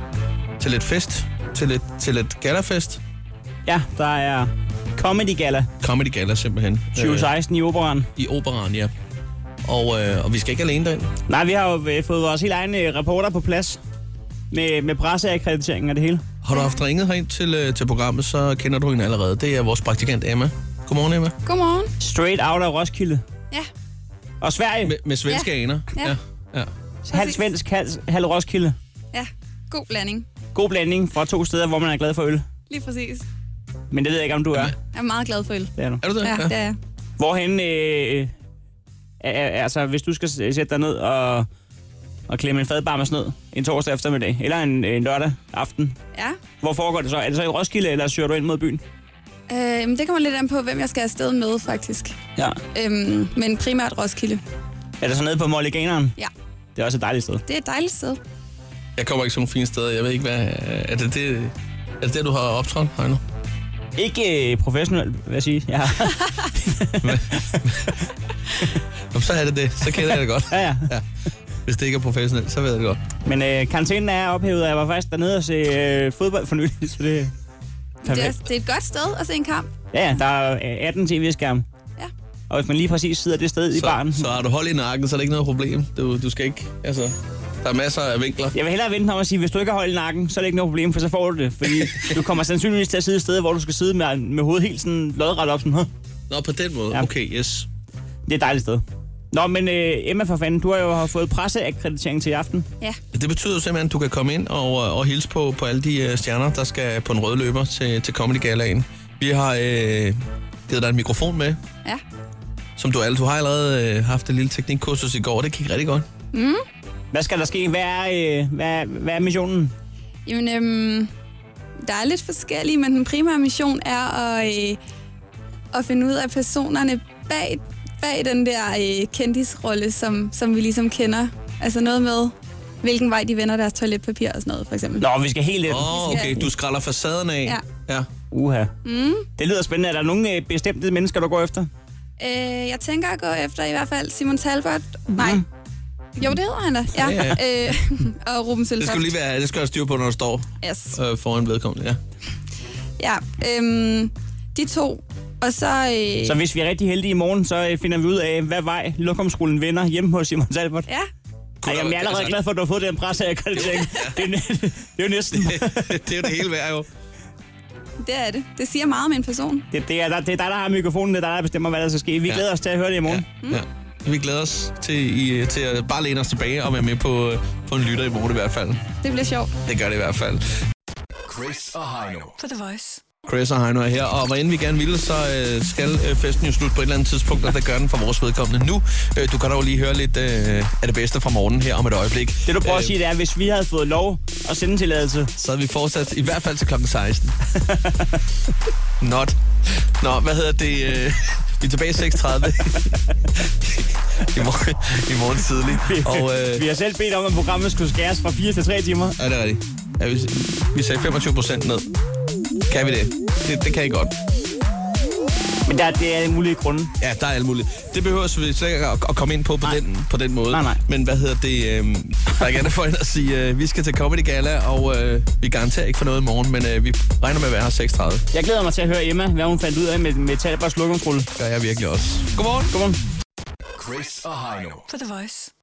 [SPEAKER 3] til et fest. Til et, til et galafest.
[SPEAKER 4] Ja, der er Comedy Gala.
[SPEAKER 3] Comedy Gala, simpelthen. Øh,
[SPEAKER 4] 2016 i Operan.
[SPEAKER 3] I Operan, ja. Og, øh, og vi skal ikke alene derind.
[SPEAKER 4] Nej, vi har jo øh, fået vores helt egne øh, reporter på plads. Med, med presseakkrediteringen og det hele.
[SPEAKER 3] Har du haft ringet herind til, øh, til programmet, så kender du hende allerede. Det er vores praktikant Emma. Godmorgen, Emma.
[SPEAKER 5] Godmorgen.
[SPEAKER 4] Straight out af Roskilde.
[SPEAKER 5] Ja.
[SPEAKER 4] Og Sverige.
[SPEAKER 3] Med, med svenske
[SPEAKER 5] Ja.
[SPEAKER 3] aner.
[SPEAKER 5] Ja.
[SPEAKER 3] ja.
[SPEAKER 4] Halv svensk, halv, halv Roskilde.
[SPEAKER 5] Ja, god blanding.
[SPEAKER 4] God blanding fra to steder, hvor man er glad for øl.
[SPEAKER 5] Lige præcis.
[SPEAKER 4] Men det ved jeg ikke, om du er.
[SPEAKER 5] Jeg er meget glad for øl.
[SPEAKER 4] Det er du.
[SPEAKER 5] Ja, det er jeg.
[SPEAKER 4] Hvorhen, øh, øh, er- er- altså hvis du skal s- sætte dig ned og, og klemme en fadbarmers ned en torsdag eftermiddag, eller en, en lørdag aften,
[SPEAKER 5] Ja.
[SPEAKER 4] hvor foregår det så? Er det så i Roskilde, eller søger du ind mod byen?
[SPEAKER 5] Øh, jamen, det kommer lidt an på, hvem jeg skal afsted med, faktisk.
[SPEAKER 4] Ja.
[SPEAKER 5] Øhm, men primært Roskilde.
[SPEAKER 4] Er det så nede på Molliganeren?
[SPEAKER 5] Ja.
[SPEAKER 4] Det er også et dejligt sted.
[SPEAKER 5] Det er et dejligt sted.
[SPEAKER 3] Jeg kommer ikke til nogle fine steder. Jeg ved ikke, hvad... Er det det, er det, det du har optrådt, Heino?
[SPEAKER 4] Ikke øh, professionelt, vil jeg sige. Ja.
[SPEAKER 3] Jamen, så er det det. Så kender jeg det godt.
[SPEAKER 4] ja, ja.
[SPEAKER 3] ja. Hvis det ikke er professionelt, så ved jeg det godt.
[SPEAKER 4] Men øh, karantænen er ophævet, og jeg var faktisk dernede og se øh, fodbold for nylig, så det...
[SPEAKER 5] Det er, det er et godt sted at se en kamp.
[SPEAKER 4] Ja, ja, der er øh, 18 tv-skærme.
[SPEAKER 5] Ja.
[SPEAKER 4] Og hvis man lige præcis sidder det sted i
[SPEAKER 3] Så,
[SPEAKER 4] baren...
[SPEAKER 3] så har du hold i nakken, så er det ikke noget problem. Du, du skal ikke... Altså, der er masser af vinkler.
[SPEAKER 4] Jeg vil hellere vente om at sige, hvis du ikke har hold i nakken, så er det ikke noget problem, for så får du det. Fordi du kommer sandsynligvis til at sidde et sted, hvor du skal sidde med, med hovedet helt sådan lodret op. Sådan, "Huh."
[SPEAKER 3] Nå, på den måde.
[SPEAKER 4] Ja.
[SPEAKER 3] Okay, yes.
[SPEAKER 4] det er et dejligt sted. Nå, men øh, Emma for fanden, du har jo fået presseakkreditering til i aften.
[SPEAKER 5] Ja.
[SPEAKER 3] Det betyder jo simpelthen, at du kan komme ind og, øh, og hilse på, på alle de øh, stjerner, der skal på en rød løber til, til Comedy Galaen. Vi har øh, givet dig en mikrofon med,
[SPEAKER 5] Ja.
[SPEAKER 3] som du, alle- du har allerede øh, haft et lille teknikkursus i går. Det gik rigtig godt.
[SPEAKER 5] Mm.
[SPEAKER 4] Hvad skal der ske? Hvad er, øh, hvad, er- hvad er missionen?
[SPEAKER 5] Jamen, øhm, der er lidt forskellige, men den primære mission er at, øh, at finde ud af personerne bag, bag den der øh, kendisrolle, som, som vi ligesom kender. Altså noget med, hvilken vej de vender deres toiletpapir og sådan noget, for eksempel.
[SPEAKER 4] Nå, vi skal helt...
[SPEAKER 3] Åh, oh, okay. Du skræller facaden af.
[SPEAKER 5] Ja.
[SPEAKER 3] ja.
[SPEAKER 4] Uha.
[SPEAKER 5] Mm.
[SPEAKER 4] Det lyder spændende. Er der nogle øh, bestemte mennesker, du går efter?
[SPEAKER 5] Øh, jeg tænker at gå efter i hvert fald Simon Talbot. Nej. Jo, det hedder han da. Ja.
[SPEAKER 3] Ja,
[SPEAKER 5] Øh, og Ruben
[SPEAKER 3] Det
[SPEAKER 5] Søltoft.
[SPEAKER 3] skal du lige være, det skal jeg styr på, når du står
[SPEAKER 5] Yes.
[SPEAKER 3] øh, foran vedkommende. Ja.
[SPEAKER 5] Ja, øhm, de to. Og så... Øh,
[SPEAKER 4] Så hvis vi er rigtig heldige i morgen, så øh, finder vi ud af, hvad vej lokumsrullen vender hjemme hos Simon Talbot.
[SPEAKER 5] Ja.
[SPEAKER 4] Ej, jamen, jeg er allerede glad for, at du har fået den presseakkreditering. Det, er næ- det er jo næsten...
[SPEAKER 3] det er jo det hele værd, jo.
[SPEAKER 5] Det er det. Det siger meget om en person.
[SPEAKER 4] Det, det, er, der- det er dig, der har mikrofonen. Det er dig, der bestemmer, hvad der skal ske. Vi
[SPEAKER 3] Ja.
[SPEAKER 4] glæder os til at høre det i morgen.
[SPEAKER 3] Ja. Vi glæder os til, i, til at bare læne os tilbage og være med på, øh, på en lytter i morgen i hvert fald.
[SPEAKER 5] Det bliver sjovt.
[SPEAKER 3] Det gør det i hvert fald.
[SPEAKER 2] Chris og Heino.
[SPEAKER 6] På The Voice.
[SPEAKER 3] Chris og Heino er her, og hvad end vi gerne ville, så øh, skal øh, festen jo slutte på et eller andet tidspunkt, og det gør den for vores vedkommende nu. Øh, du kan dog lige høre lidt øh, af det bedste fra morgenen her om et øjeblik. Øh,
[SPEAKER 4] Det du prøver at sige, det er, at hvis vi havde fået lov og sendetilladelse...
[SPEAKER 3] Så havde vi fortsat i hvert fald til klokken 16. Not. Nå, hvad hedder det? øh, Vi er tilbage 6.30 i morgen, i morgen tidlig. Og, øh,
[SPEAKER 4] Vi har selv bedt om, at programmet skulle skæres fra 4 til 3 timer.
[SPEAKER 3] er det rigtigt? Ja, vi, vi sagde 25 procent ned. Kan vi det? det? Det kan I godt.
[SPEAKER 4] Men der, det er alle mulige grunde.
[SPEAKER 3] Ja, der er alt muligt. Det behøver vi slet ikke at, at komme ind på på, den, på den måde.
[SPEAKER 4] Nej, nej.
[SPEAKER 3] Men hvad hedder det? Øh, der er gerne for at sige, øh, vi skal til Comedy Gala, og øh, vi garanterer ikke for noget i morgen, men øh, vi regner med at være her 6.30.
[SPEAKER 4] Jeg glæder mig til at høre Emma, hvad hun fandt ud af med, med Talberts lokumsrulle.
[SPEAKER 3] Gør jeg virkelig også. Godmorgen.
[SPEAKER 4] Godmorgen.
[SPEAKER 2] Chris og Heino.
[SPEAKER 6] På The Voice.